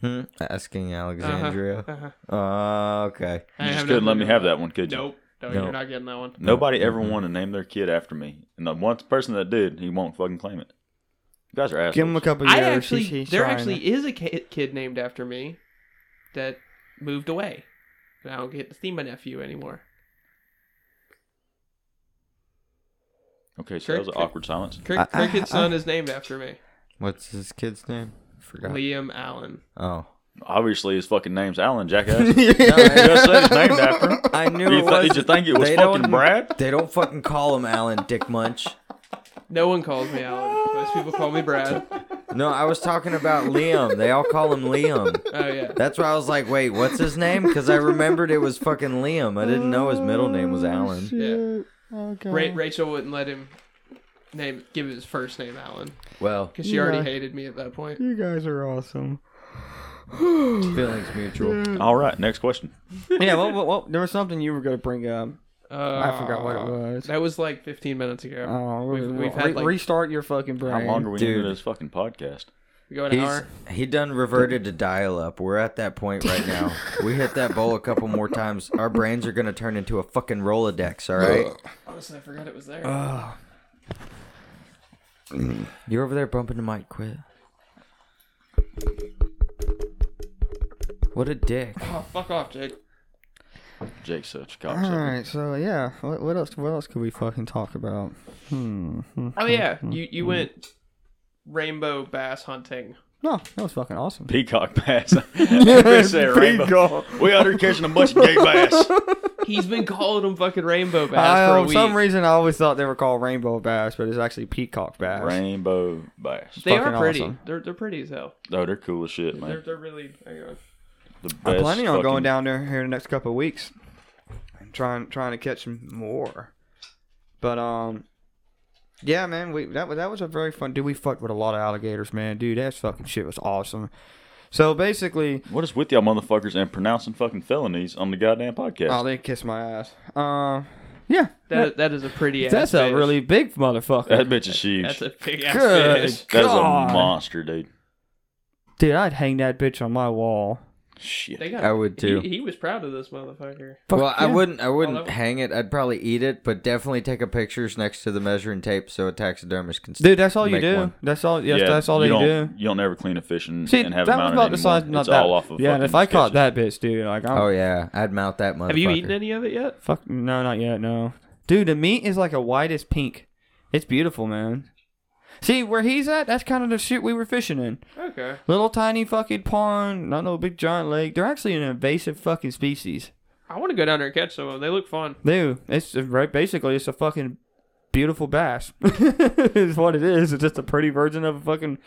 Hmm? Asking Alexandria. Uh-huh. Uh, okay. I You just have couldn't let nothing me to do have with that one, could you? Nope. No, No. you're not getting that one. Nobody Mm-hmm. ever wanted to name their kid after me, and the one person that did, he won't fucking claim it. You guys are assholes. Give him a couple years. I actually, He's- he's there trying. actually is a ki- kid named after me that moved away. And I don't get to see my nephew anymore. okay, so that was an Crick, crick. awkward silence. Crick, I- I- Cricket's son is named after me. What's his kid's name? Forgot. Liam Allen. Oh. Obviously, his fucking name's Alan, jackass. [LAUGHS] you [LAUGHS] No, I, just said he's named after him. I knew Did you, it th- did you was. think it was They fucking don't- Brad? They don't fucking call him Alan Dick Munch. No one calls me Alan. Most people call [LAUGHS] me Brad. No, I was talking about Liam. They all call him Liam. Oh yeah. That's why I was like, wait, what's his name? Because I remembered it was fucking Liam. I didn't know his middle name was Alan. Yeah. Oh, God. Ra- Rachel wouldn't let him name give his first name Alan Well, because she Yeah. already hated me at that point. You guys are awesome. feelings mutual. All right, next question. yeah, well, well, well, there was something you were going to bring up. Uh, I forgot what it was. That was like 15 minutes ago. Oh, We've- we've, we've had, like- restart your fucking brain. How long are we Dude. into this fucking podcast? we go an He's, hour. he done reverted to dial up. We're at that point right now. we hit that bowl a couple more times. Our brains are gonna turn into a fucking Rolodex. All right. Honestly, I forgot it was there. You're over there bumping the mic. Quit. What a dick. oh, fuck off, Jake. Jake's such a All cocksucker. right, so yeah, what, what else? What else could we fucking talk about? Hmm. hmm. Oh yeah, you you went rainbow bass hunting. No, that was fucking awesome. Peacock [LAUGHS] bass. [LAUGHS] we said rainbow. We out here catching a bunch of gay [LAUGHS] bass. He's been [LAUGHS] calling them fucking rainbow bass I, for a for week. some reason, I always thought they were called rainbow bass, but it's actually peacock bass. Rainbow bass. they fucking are pretty. awesome. They're they're pretty as hell. Oh, they're cool as shit, They're man. they're really. Hang on. The best I'm planning on fucking- going down there here in the next couple of weeks, and trying trying to catch some more. But um, yeah, man, we that was that was a very fun. Dude, we fucked with a lot of alligators, man. Dude, that fucking shit was awesome. So basically, What is with y'all motherfuckers and pronouncing fucking felonies on the goddamn podcast? oh, they kissed my ass. Um, yeah, That that is a pretty. that's ass a fish. really big motherfucker. that bitch is huge. That's a big ass Good. fish. That is a God. monster, dude. Dude, I'd hang that bitch on my wall. Shit. They got. I would too. He, he was proud of this motherfucker. Fuck well, I yeah. wouldn't. I wouldn't Olive? hang it. I'd probably eat it, but definitely take a pictures next to the measuring tape so a taxidermist can. Dude, that's all you Make do. one. That's all. Yes, Yeah, that's all they you do. don't, You don't ever clean a fish and, See, and that have was it mounted about the anymore. size. Not it's that. all off of yeah, and fucking if I caught sketches. that bitch, dude, like I'm Oh yeah, I'd mount that motherfucker. Have you eaten any of it yet? Fuck no, not yet. No, dude, the meat is like a whitest pink. It's beautiful, man. See where he's at? That's kind of the shit we were fishing in. Okay. Little tiny fucking pond, not no big giant lake. They're actually an invasive fucking species. I want to go down there and catch some of them. They look fun. Dude, it's right. Basically, it's a fucking beautiful bass. [LAUGHS] is what it is. It's just a pretty version of a fucking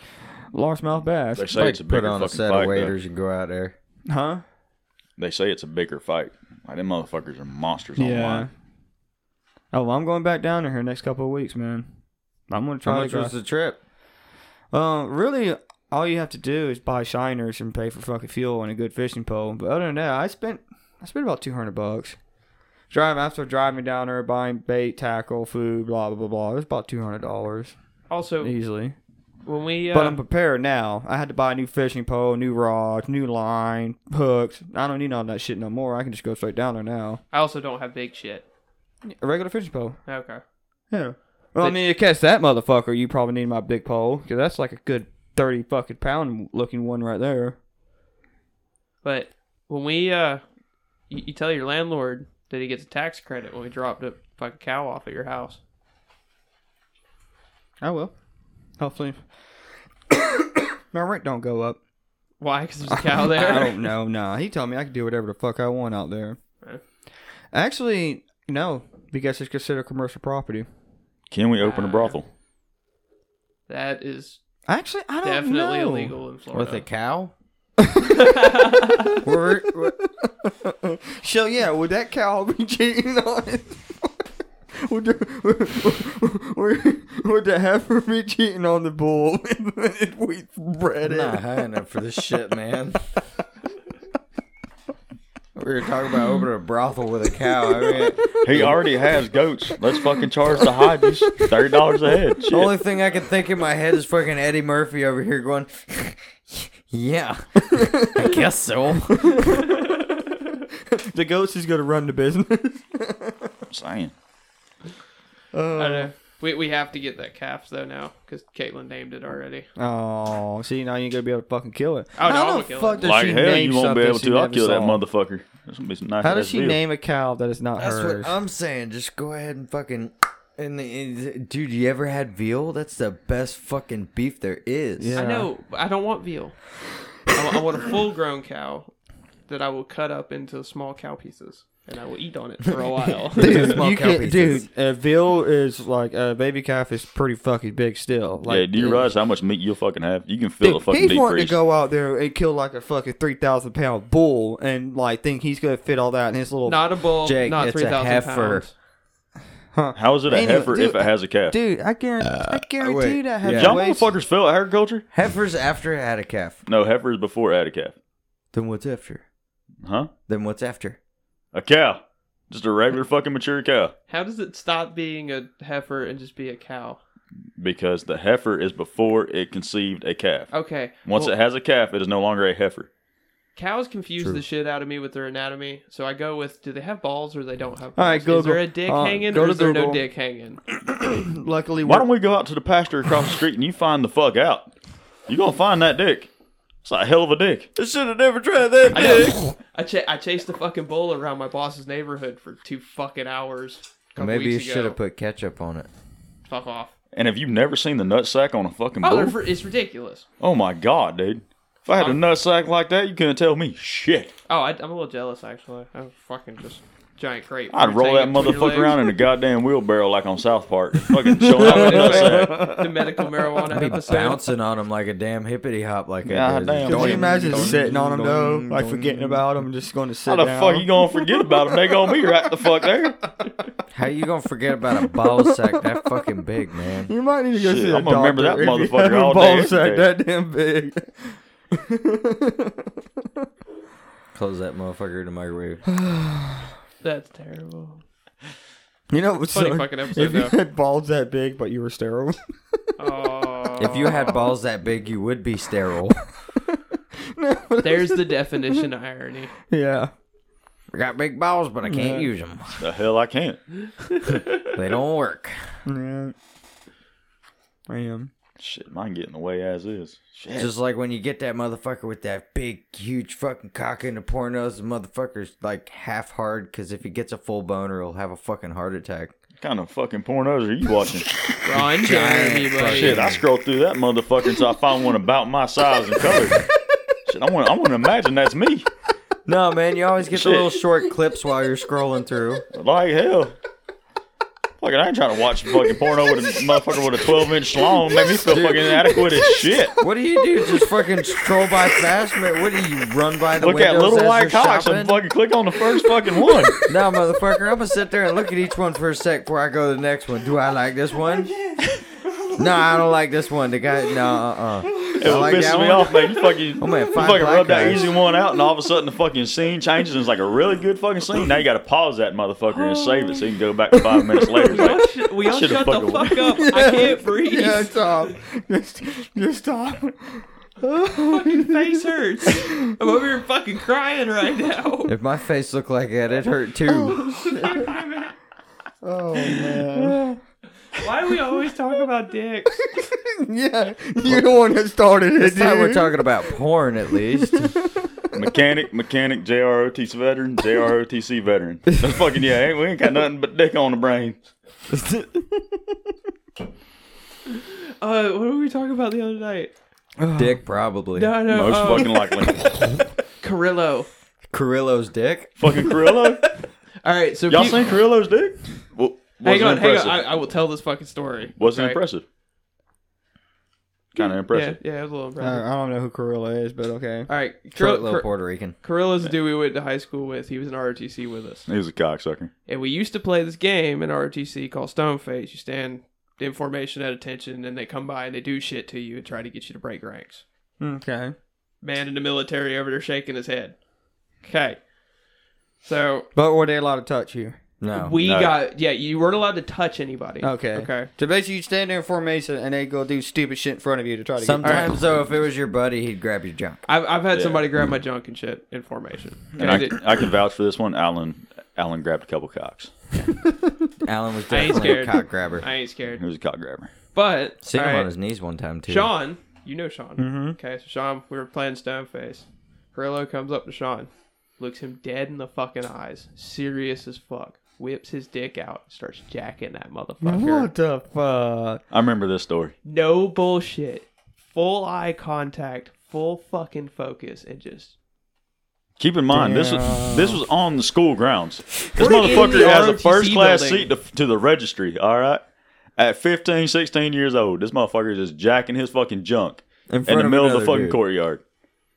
largemouth bass. They say Like, it's a bigger put on a fucking set fight, of though. waders and go out there. Huh? They say it's a bigger fight. Like them motherfuckers are monsters Yeah. online. Oh, well, I'm going back down there here next couple of weeks, man. I'm gonna try How to much go- was the trip? Um, really, all you have to do is buy shiners and pay for fucking fuel and a good fishing pole. But other than that, I spent I spent about two hundred bucks. Drive after driving down there, buying bait, tackle, food, blah blah blah blah. It was about two hundred dollars Also, easily. when we uh, But I'm prepared now. I had to buy a new fishing pole, new rods, new line, hooks. I don't need all that shit no more. I can just go straight down there now. I also don't have big shit. A regular fishing pole. Okay. Yeah. Well, I mean, to catch that motherfucker, you probably need my big pole because that's like a good thirty fucking pound looking one right there. But when we, uh, you, you tell your landlord that he gets a tax credit when we dropped a fucking cow off at your house. I will. Hopefully. [COUGHS] My rent don't go up. Why? Because there's a cow I there. don't know. [COUGHS] Nah, he told me I could do whatever the fuck I want out there. Right. Actually, no, because it's considered commercial property. Can we open a Uh, brothel? that is Actually, I don't definitely know. illegal in Florida. With [LAUGHS] a cow? We're- we're- so yeah, would that cow be [LAUGHS] cheating on it? Would, the, would, would the heifer be cheating on the bull [LAUGHS] if we bred it? Not high enough for this shit, man. we were talking about opening a brothel with a cow. I mean, He already has goats. Let's fucking charge the Hodges thirty dollars a head. Shit. the only thing I can think in my head is fucking Eddie Murphy over here going, [LAUGHS] "Yeah, I guess so." [LAUGHS] The ghost is gonna run the business. I'm saying. I don't Oh. know. We, we have to get that calf though now because Caitlin named it already. Oh, see now you ain't gonna be able to fucking kill it. Oh, no, How I'm the gonna kill fuck it. does Like she hell, name you won't be able something to. she I'll kill never that saw? motherfucker. There's gonna be some nice. How does ass she deal. name a cow that is not That's hers? what I'm saying. Just go ahead and fucking. And the, and- dude, you ever had veal? That's the best fucking beef there is. Yeah. I know. but I don't want veal. I, wa- I want a full-grown cow that I will cut up into small cow pieces and I will eat on it for a while. Dude, Small you cow can, pieces. dude, a veal is like a baby calf is pretty fucking big still. Like, yeah, do you realize how much meat you'll fucking have? You can fill a Dude, fucking he's deep wanting to freeze. go out there and kill like a fucking three thousand pound bull and like think he's gonna fit all that in his little. [LAUGHS] Not a bull, Jake, not it's a three thousand heifer. pounds. How is it a Anyway, heifer dude, if it has a calf? Dude, I guarantee, I guarantee Uh, wait, that heifer yeah. Y'all weighs- motherfuckers fail at agriculture? Heifer's after it had a calf. No, heifer is before it had a calf. Then what's after? Huh? Then what's after? A cow. Just a regular fucking mature cow. How does it stop being a heifer and just be a cow? Because the heifer is before it conceived a calf. Okay. Once well, it has a calf, it is no longer a heifer. cows confuse True. the shit out of me with their anatomy, so I go with do they have balls or they don't have All balls? right, Is Google. there a dick Uh, hanging go or to is there no Google. dick hanging? Luckily, Why we're- don't we go out to the pasture across the street and you find the fuck out? You're going to find that dick. It's a hell of a dick. I should have never tried that. I, know. I, cha- I chased the fucking bull around my boss's neighborhood for two fucking hours. a couple Maybe you weeks should ago. have put ketchup on it. Fuck off. And have you never seen the nutsack on a fucking Oh, they're bull? fr- it's ridiculous. oh my God, dude. If I had a nutsack like that, you couldn't tell me shit. Oh, I, I'm a little jealous actually. I'm fucking just giant crate. I'd roll that Hanging between your motherfucker legs. [LAUGHS] around in a goddamn wheelbarrow like on South Park. Fucking showing off a nutsack. the medical marijuana Be episode. bouncing on him like a damn hippity hop, like God I did. damn. Could Doink, you imagine doink, sitting on them though, doink, like doink. forgetting about them, just going to sit How the down? fuck you gonna forget about them? They gonna be right the fuck there. How you gonna forget about a ball sack that fucking big, man? You might need to go Shit, see a I'm gonna remember doctor that if you motherfucker have a all day, ball every sack day. that damn big. [LAUGHS] Close that motherfucker in the microwave. That's terrible. You know, what's Funny so- fucking episode if you though. had balls that big but you were sterile, [LAUGHS] Oh, If you had balls that big, you would be sterile. there's the definition of irony. yeah. I got big balls, but I can't use them. The hell I can't. They don't work. yeah, I am. Shit, mine get in the way as is. Shit. Just like when you get that motherfucker with that big, huge fucking cock in the pornos, the motherfucker's like half hard because if he gets a full boner, he'll have a fucking heart attack. What kind of fucking pornos are you watching? Ron Jeremy, buddy. Oh, Shit, I scroll through that motherfucker until I find one about my size and color. Shit, I want I want to imagine that's me. No, man, you always get the Shit. little short clips while you're scrolling through. Like hell. Fucking, I ain't trying to watch fucking porno with a motherfucker with a 12 inch long. Make me feel fucking inadequate as shit. What do you do? Just fucking scroll by fast? Man, what do you run by the Look windows at little as white you're cocks shopping? and fucking click on the first fucking [LAUGHS] one. No, motherfucker, I'm gonna sit there and look at each one for a sec before I go to the next one. Do I like this [LAUGHS] one? No, I don't like this one. The guy, no, uh, uh It I like pisses that me one. Oh, off, man. You fucking, man, you five fucking black rub that guys. easy one out, and all of a sudden the fucking scene changes, and it's like a really good fucking scene. Now you got to pause that motherfucker and save it so you can go back five minutes later. It's We all, Like, sh- we all should've shut the fucking fuck up. [LAUGHS] I can't breathe. Yeah, stop. [LAUGHS] Just, just stop. [LAUGHS] fucking face hurts. I'm over here fucking crying right now. [LAUGHS] If my face looked like that, it hurt [LAUGHS] too. Oh man. Why do we always talk about dicks? yeah, you the one that started it. This time we're dude. talking about porn, at [LAUGHS] least. mechanic, mechanic, JROTC veteran, JROTC veteran. That's fucking yeah. Ain't, we ain't got nothing but dick on the brain. Uh, what were we talking about the other night? dick, probably. No, no, Most um, fucking [LAUGHS] likely. Carrillo. Carrillo's dick. fucking Carrillo. All right, so Y'all peop- seen Carrillo's dick? Well, hang wasn't on, hang impressive. on. I, I will tell this fucking story. wasn't okay? impressive. Kind of impressive. Yeah, yeah, it was a little Uh, impressive. I don't know who Gorilla is, but okay. All right, Short Carrillo- little Car- Puerto Rican. Carrillo's the dude we went to high school with. He was in ROTC with us. He was a cocksucker. And we used to play this game in ROTC called Stoneface. You stand in formation at attention, and they come by and they do shit to you and try to get you to break ranks. Okay. Man in the military over there shaking his head. Okay. So But were they allowed to touch you? No. we no. got, yeah, you weren't allowed to touch anybody. Okay. Okay. So basically, you stand there in formation and they go do stupid shit in front of you to try to get. Sometimes, though, if it was your buddy, he'd grab your junk. I've, I've had Yeah. somebody grab my junk and shit in formation. And I, I, did, I can vouch for this one. Alan Alan grabbed a couple cocks. Alan was I ain't definitely a scared. cock grabber. I ain't He scared. was a cock grabber. But, Seen him all right, on his knees one time, too. Sean, you know Sean. Okay, so Sean, we were playing Stoneface. Carrillo comes up to Sean, looks him dead in the fucking eyes, serious as fuck, whips his dick out, starts jacking that motherfucker. What the fuck? I remember this story. No bullshit. Full eye contact, full fucking focus, and just. Keep in mind, this was this was on the school grounds. This We're in motherfucker the has a ROTC first class building. seat to, to the registry. All right, at 15, 16 years old, this motherfucker is just jacking his fucking junk In, in front the middle of the another fucking dude. courtyard.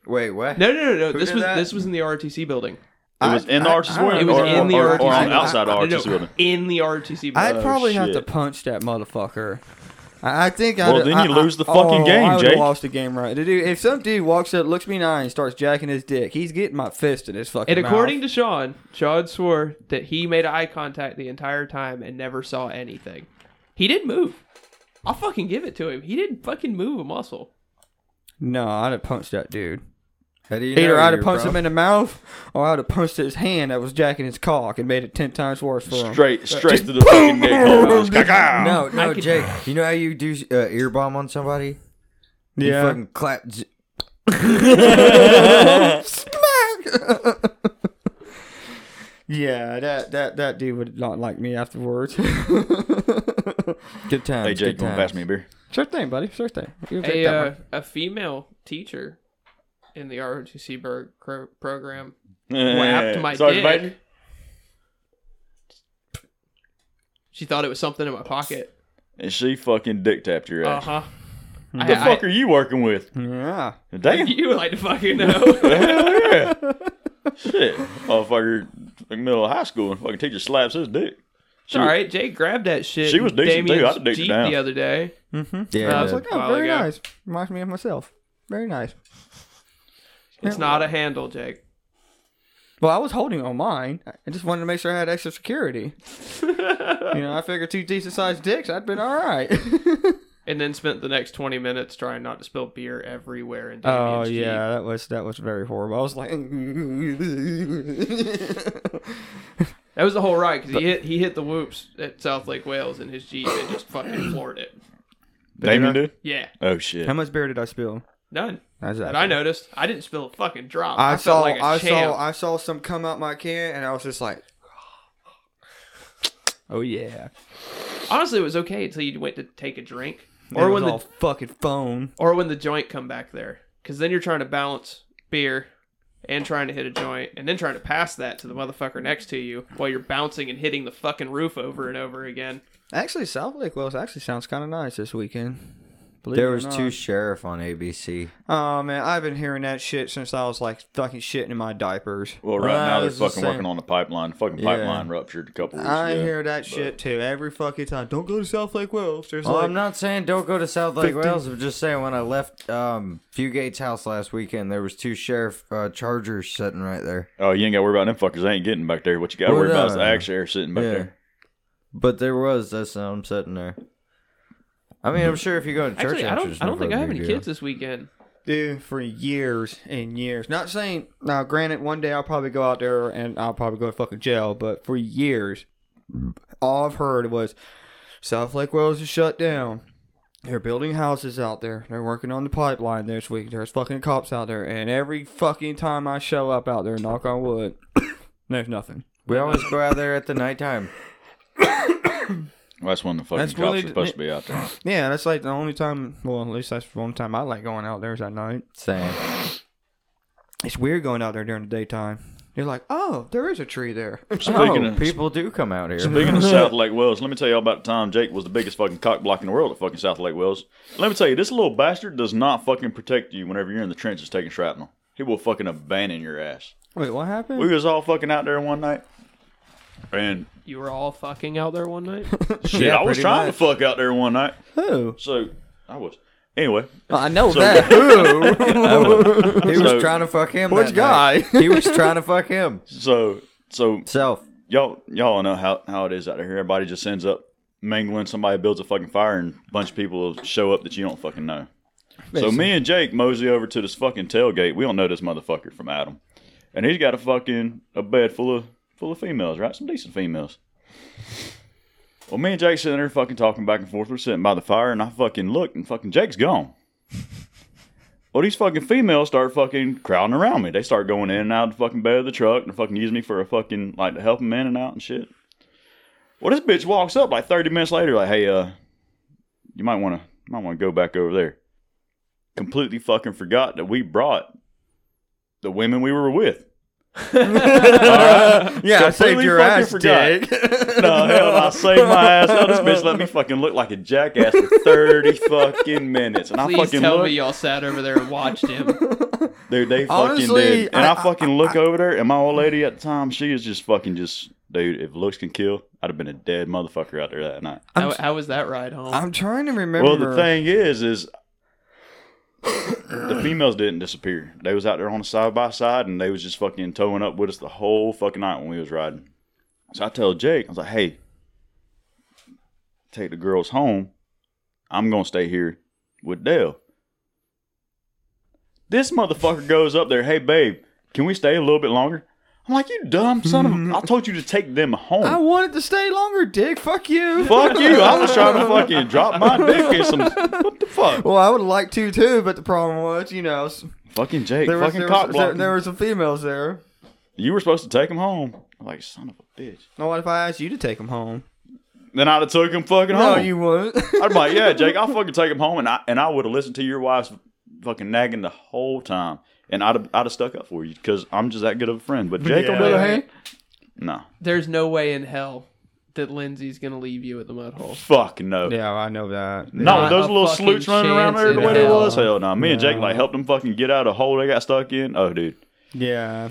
Wait, what? No, no, no, no. Who this did was that? this was in the RTC building. It was in the I- Arches I- Building, It was Uh, or, in the or, ROTC. or on I- outside No, Arches no, Building. in the RTC building. I'd probably have to Oh, shit. punch that motherfucker. I I think I. Well, then you I, lose the I- fucking oh, game, I would've Jake. lost the game right. Dude, if some dude walks up, looks me in the eye, and starts jacking his dick, he's getting my fist in his fucking. And according mouth. to Sean, Sean swore that he made eye contact the entire time and never saw anything. He didn't move. I'll fucking give it to him. He didn't fucking move a muscle. no, I'd have punched that dude. How do you know Either I'd have your punched problem? him in the mouth, or I'd have punched his hand that was jacking his cock and made it ten times worse for him. Straight, straight to the fucking dick hole. Just caca. No, no, could- Jake. You know how you do uh, ear bomb on somebody? You Yeah. fucking clap. z- Yeah, that that that dude would not like me afterwards. [LAUGHS] Good times. Hey Jake, good you want to pass me a beer? sure thing, buddy. Sure thing. You'll A, take that uh, one. a female teacher in the ROTC bur- cro- program Eh, whacked my sorry, dick. mate. She thought it was something in my pocket. And she fucking dick tapped your Uh ass. huh. What the fuck are you working with? uh, yeah. Damn. [LAUGHS] you would like to [LAUGHS] fucking know? Hell yeah. Shit. Motherfucker, fucking middle of high school, and fucking teacher slaps his dick. it's all right. Jake grabbed that shit. She was in decent, too. I'd Damien's have dicked her Jeep down. the other day. Yeah, Uh, I was like, oh, While very ago. nice. Reminds me of myself. Very nice. It's not a handle, Jake. Well, I was holding on mine. I just wanted to make sure I had extra [LAUGHS] security. you know, I figured two decent sized dicks, I'd been all [LAUGHS] right. [LAUGHS] And then spent the next twenty minutes trying not to spill beer everywhere Oh, in Damien's Jeep. that was that was very horrible. I was like, [LAUGHS] That was the whole ride because he hit he hit the whoops at South Lake Wales in his Jeep and just fucking floored it. Damien I- did? Yeah, Oh, shit. how much beer did I spill? none. That's That I noticed. I didn't spill a fucking drop. I, felt saw like a I champ. saw I saw some come out my can, and I was just like, [GASPS] oh yeah. Honestly, it was okay until you went to take a drink, Or or it when was the all fucking phone. or when the joint come back there, because then you're trying to balance beer and trying to hit a joint, and then trying to pass that to the motherfucker next to you while you're bouncing and hitting the fucking roof over and over again. Actually, South Lake Wells actually sounds kind of nice this weekend. Believe there it or was not. two sheriff on ABC. Oh man, I've been hearing that shit since I was like fucking shitting in my diapers. Well, right Ah, now they're this is the fucking working same. on the pipeline. Fucking Yeah. pipeline ruptured a couple weeks I ago. hear that shit too every fucking time. Don't go to South Lake Wells. There's Well, like I'm not saying don't go to South Lake 15 Wales. I'm just saying when I left um, Fugate's house last weekend, there was two sheriff uh, chargers sitting right there. Oh, you ain't got to worry about them fuckers. They ain't getting back there. What you got to Well, worry about is no. the axe air sitting back there. But there was that's I'm sitting there. I mean, I'm sure if you go to church, Actually, I after, don't. it's I no don't think I have big any deal. kids this weekend. dude for years and years. Not saying now, granted, one day I'll probably go out there and I'll probably go to fucking jail, but for years, all I've heard was South Lake Wells is shut down. They're building houses out there. They're working on the pipeline this week. There's fucking cops out there, and every fucking time I show up out there, knock on wood, [COUGHS] there's nothing. We always go out there at the nighttime. Well, that's when the fucking That's cops really- are supposed to be out [LAUGHS] there. Yeah, that's like the only time. Well, at least that's the only time I like going out there is at night. Same. It's weird going out there during the daytime. You're like, oh, there is a tree there. [LAUGHS] Speaking oh, of people do come [LAUGHS] out here. Speaking [LAUGHS] of South Lake Wells, let me tell y'all about the time Jake was the biggest fucking cock block in the world at fucking South Lake Wells. Let me tell you, this little bastard does not fucking protect you whenever you're in the trenches taking shrapnel. He will fucking abandon your ass. Wait, what happened? We was all fucking out there one night, and You were all fucking out there one night. shit, I was pretty trying much. to fuck out there one night. Who? So I was. Anyway, I know So- that. Who? he was So- trying to fuck him. Which that night. guy? he was trying to fuck him. [LAUGHS] so so Self. y'all y'all know how how it is out here. Everybody just ends up mingling. Somebody builds a fucking fire, and a bunch of people show up that you don't fucking know. So me and Jake mosey over to this fucking tailgate. We don't know this motherfucker from Adam, and he's got a fucking a bed full of full of females, right? Some decent females. Well, me and Jake sitting there fucking talking back and forth. We're sitting by the fire, and I fucking look, and fucking Jake's gone. Well, these fucking females start fucking crowding around me. They start going in and out of the fucking bed of the truck and fucking using me for a fucking like to help them in and out and shit. Well, this bitch walks up like thirty minutes later, like, "Hey, uh, you might want to might want to go back over there." Completely fucking forgot that we brought the women we were with. yeah, I saved Completely your fucking ass, forgot. Dick. No, hell, I saved my ass. Hell, this bitch let me fucking look like a jackass for thirty fucking minutes, and I Please fucking tell look. me y'all sat over there and watched him. Dude, they fucking Honestly, did. And I, I- fucking look over there, and my old lady at the time, she is just fucking just Dude, if looks can kill, I'd have been a dead motherfucker out there that night. I'm, How, how was that ride home? I'm trying to remember. Well, the thing is, is the females didn't disappear. They was out there on the side by side, and they was just fucking towing up with us the whole fucking night when we was riding. So I tell Jake, I was like, "Hey, take the girls home. I'm gonna stay here with Dale." This motherfucker goes up there. Hey, babe, can we stay a little bit longer? I'm like, "You dumb son of! [LAUGHS] a- I told you to take them home." I wanted to stay longer, Dick. Fuck you. Fuck you! I was trying to fucking drop my dick in some. What the fuck? Well, I would like to too, but the problem was, you know, s- Fucking Jake, there was, fucking there, cock was, there, blocking. there were some females there. You were supposed to take him home. I'm like son of a bitch. Now, what if I asked you to take them home? Then I'd have took him fucking No, home. you [LAUGHS] wouldn't. I'm like, yeah, Jake, I'll fucking take him home, and I and I would have listened to your wife's fucking nagging the whole time, and I'd have, I'd have stuck up for you because I'm just that good of a friend. But Jake, on the Yeah. other hand, no, There's no way in hell that Lindsay's gonna leave you at the mud hole. fuck no. yeah, I know that. No, Not those a little fucking sleuths running around chance there the in way they hell. was. Hell no. Me and Jake No. like helped them fucking get out of the hole they got stuck in. Oh dude. Yeah.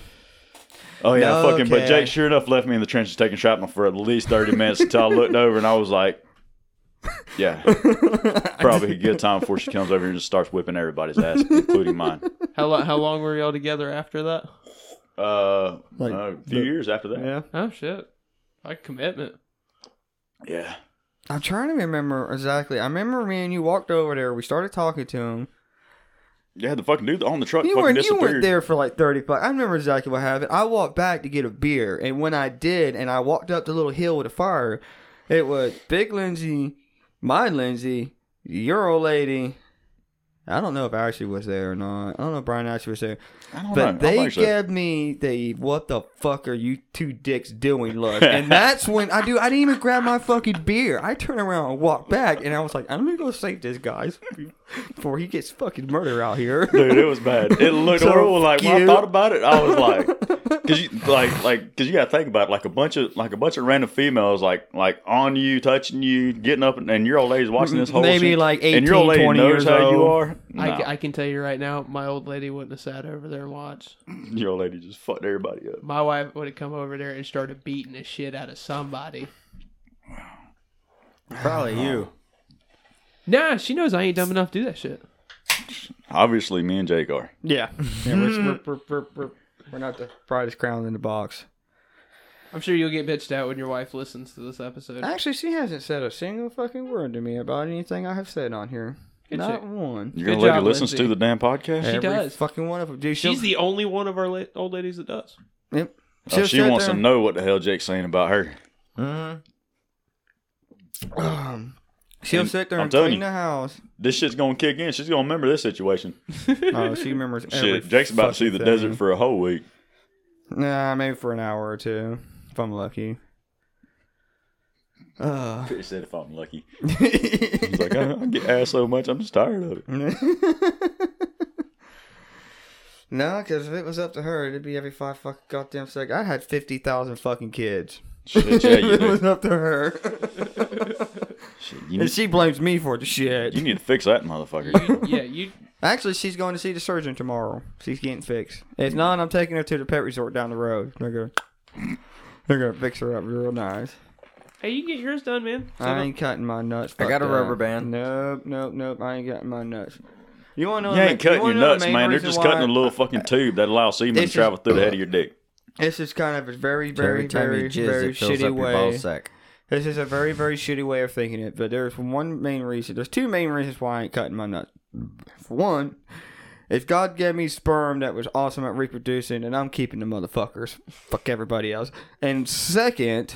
Oh yeah, No, fucking. But okay. Jake sure enough left me in the trenches taking shrapnel for at least thirty minutes until I looked over and I was like, [LAUGHS] "Yeah, probably a good time before she comes over here and just starts whipping everybody's ass, including mine." How long? How long were y'all together after that? Uh, Like, a few the- years after that. Yeah. Yeah. Oh shit! Like commitment. I'm trying to remember exactly. I remember me and you walked over there. We started talking to him. yeah, the fucking dude on the truck You fucking weren't, you disappeared. weren't there for like 35. I remember exactly what happened. I walked back to get a beer, and when I did, and I walked up the little hill with a fire, it was Big Lindsay, my Lindsay, your old lady. I don't know if Ashley was there or not. I don't know if Brian Ashley was there. I don't But know. I they think so. gave me the what the fuck are you two dicks doing look. And that's when I do I didn't even grab my fucking beer. I turned around and walked back and I was like, I'm gonna go save this guy [LAUGHS] before he gets fucking murder out here. Dude, it was bad. It looked So horrible. Like when I cute. thought about it, I was [LAUGHS] like, "Cause you like like cause you gotta think about it, like a bunch of like a bunch of random females like like on you, touching you, getting up, and, and your old lady's watching this whole Maybe shit, like and your old 18, lady 20 knows years how you old. are. I, Nah, ca- I can tell you right now, my old lady wouldn't have sat over there and watched. your old lady just fucked everybody up. My wife would have come over there and started beating the shit out of somebody. Probably you. Nah, she knows I ain't dumb enough to do that shit. Obviously, me and Jake are. Yeah. [LAUGHS] yeah we're, we're, we're, we're, we're, we're not the brightest crown in the box. I'm sure you'll get bitched out when your wife listens to this episode. Actually, she hasn't said a single fucking word to me about anything I have said on here. Good not shit. one. You're Good gonna let her job, listens Lindsay. to the damn podcast. She Every does. Fucking one of them. Dude, she'll- She's the only one of our la- old ladies that [LAUGHS] does. Yep. Oh, She'll she sit wants there- to know what the hell Jake's saying about her. Mm-hmm. Um, she'll And sit there I'm and telling clean you. [LAUGHS] the house. This shit's gonna kick in. She's gonna remember this situation. Oh, she remembers. every Shit, Jake's about to see fucking the thing. desert for a whole week. Nah, maybe for an hour or two, if I'm lucky. Uh. [LAUGHS] He said, "If I'm lucky." He's like, I, I get asked so much, I'm just tired of it. no, because if it was up to her, it'd be every five fucking goddamn second. I had fifty thousand fucking kids. Shit, [LAUGHS] yeah, [LAUGHS] you if it was do. up to her, Shit, you, and need, she blames me for the shit. you need to fix that motherfucker. yeah, you. Actually, she's going to see the surgeon tomorrow. She's getting fixed. If not, I'm taking her to the pet resort down the road. They're gonna, they're gonna fix her up real nice. Hey, you can get yours done, man. I ain't cutting my nuts. I Fuck got a that. rubber band. Nope, nope, nope. I ain't cutting my nuts. You want to you know? the ma- ain't cutting wanna your know the nuts, main man. They're reason just why cutting a little fucking tube that allows semen to It's travel just- through the head of your dick. This is kind of a very, very, Every time very, you jizz, very it fills up shitty your ball way. sack. This is a very, very shitty way of thinking it, but there's one main reason. There's two main reasons why I ain't cutting my nuts. For one, if God gave me sperm that was awesome at reproducing, and I'm keeping the motherfuckers. Fuck everybody else. And second,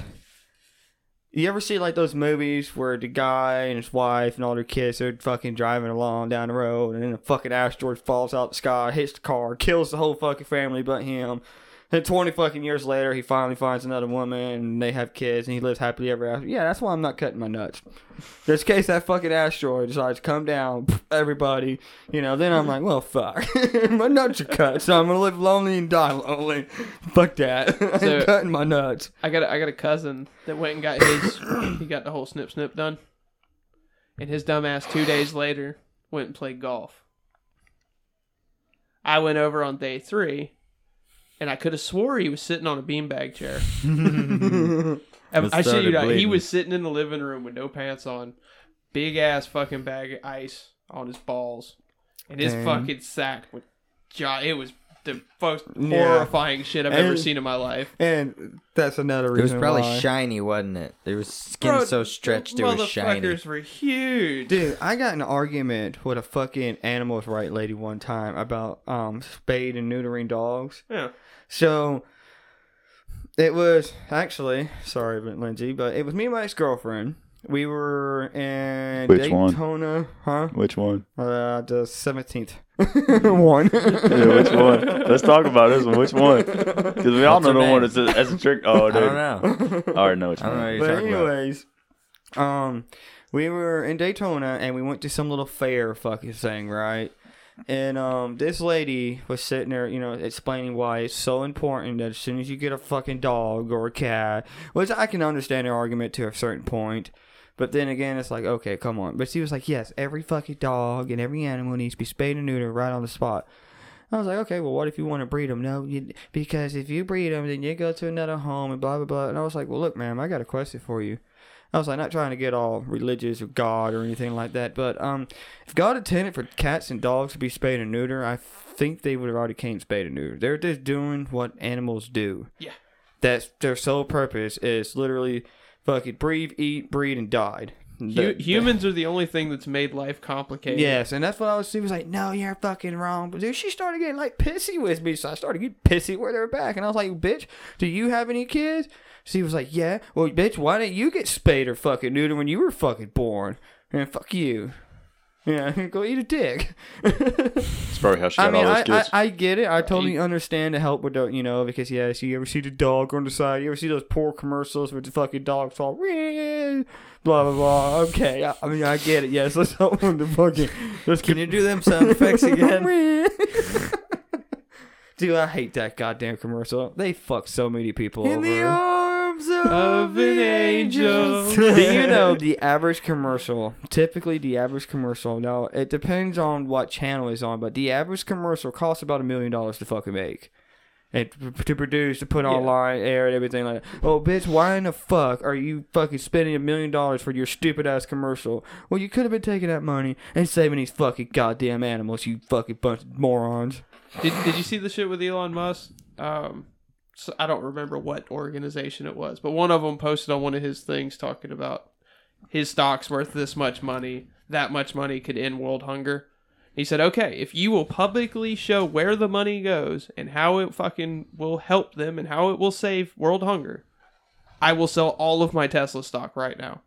you ever see like those movies where the guy and his wife and all their kids are fucking driving along down the road, and then a fucking asteroid falls out the sky, hits the car, kills the whole fucking family but him. And 20 fucking years later, he finally finds another woman and they have kids and he lives happily ever after. Yeah, that's why I'm not cutting my nuts. Just in case that fucking asteroid decides to come down, everybody, you know, then I'm like, well, fuck. [LAUGHS] my nuts are cut, so I'm going to live lonely and die lonely. Fuck that. [LAUGHS] I ain't So- cutting my nuts. I got a, I got a cousin that went and got his he got the whole snip snip done, and his dumbass two days later went and played golf. I went over on day three, and I could have swore he was sitting on a beanbag chair. It I shit you started not, he bleeding. was sitting in the living room with no pants on, big ass fucking bag of ice on his balls, and his Dang. fucking sack with jaw. It was the most Yeah. horrifying shit I've ever And- seen in my life. And that's another It reason. was probably why. shiny, wasn't it? It was skin Bro, so stretched it was shiny. Motherfuckers were huge. Dude, I got in an argument with a fucking animals right lady one time about um spade and neutering dogs. Yeah. So it was actually sorry, but Lindsay, but it was me and my ex girlfriend. We were in Which one? Daytona, Which one? huh? Uh, the [LAUGHS] seventeenth [LAUGHS] one. [LAUGHS] Yeah, which one? Let's talk about this one. Which one? Because we all What's know her the one name? that's a, that's a trick. Oh, I dude. don't know. I already know which I don't know. one. What you're but talking about. anyways, um, we were in Daytona and we went to some little fair fucking thing, right? And um, this lady was sitting there, you know, explaining why it's so important that as soon as you get a fucking dog or a cat, which I can understand her argument to a certain point. But then again, it's like, okay, come on. But she was like, yes, every fucking dog and every animal needs to be spayed and neutered right on the spot. I was like, okay, well, what if you want to breed them? No, you, because if you breed them, then you go to another home and blah, blah, blah. And I was like, well, look, ma'am, I got a question for you. I was like, not trying to get all religious or God or anything like that, but um, if God intended for cats and dogs to be spayed and neutered, I think they would have already came spayed and neutered. They're just doing what animals do. Yeah. That's their sole purpose is literally fucking breathe, eat, breed, and died. Hu- The- humans are the only thing that's made life complicated. Yes, and that's what I was. She was like, "No, you're fucking wrong." But dude, she started getting like pissy with me, so I started getting pissy with her back, and I was like, "Bitch, do you have any kids?" She was like, "Yeah." Well, bitch, why didn't you get spayed or fucking neutered when you were fucking born? And fuck you. Yeah, [LAUGHS] go eat a dick. It's probably how she got I mean, all I, those I, kids. I get it. I totally understand the help with the, you know, because yes, you ever see the dog on the side, you ever see those poor commercials with the fucking dogs all "Wee," blah blah blah. Okay, I, I mean, I get it. Yes, let's help them to fucking let's Can you do them sound [LAUGHS] effects again? Dude, I hate that goddamn commercial. They fuck so many people In over. the arms of, Of an [LAUGHS] angel. Do you know the average commercial? Typically, the average commercial. Now, it depends on what channel it's on, but the average commercial costs about a million dollars to fucking make. And to p- to produce, to put online, air, and everything like that. Oh, bitch, why in the fuck are you fucking spending a million dollars for your stupid ass commercial? Well, you could have been taking that money and saving these fucking goddamn animals, you fucking bunch of morons. Did, did you see the shit with Elon Musk? Um, so I don't remember what organization it was, but one of them posted on one of his things talking about his stock's worth this much money, that much money could end world hunger. He said, "Okay, if you will publicly show where the money goes and how it fucking will help them and how it will save world hunger, I will sell all of my Tesla stock right now."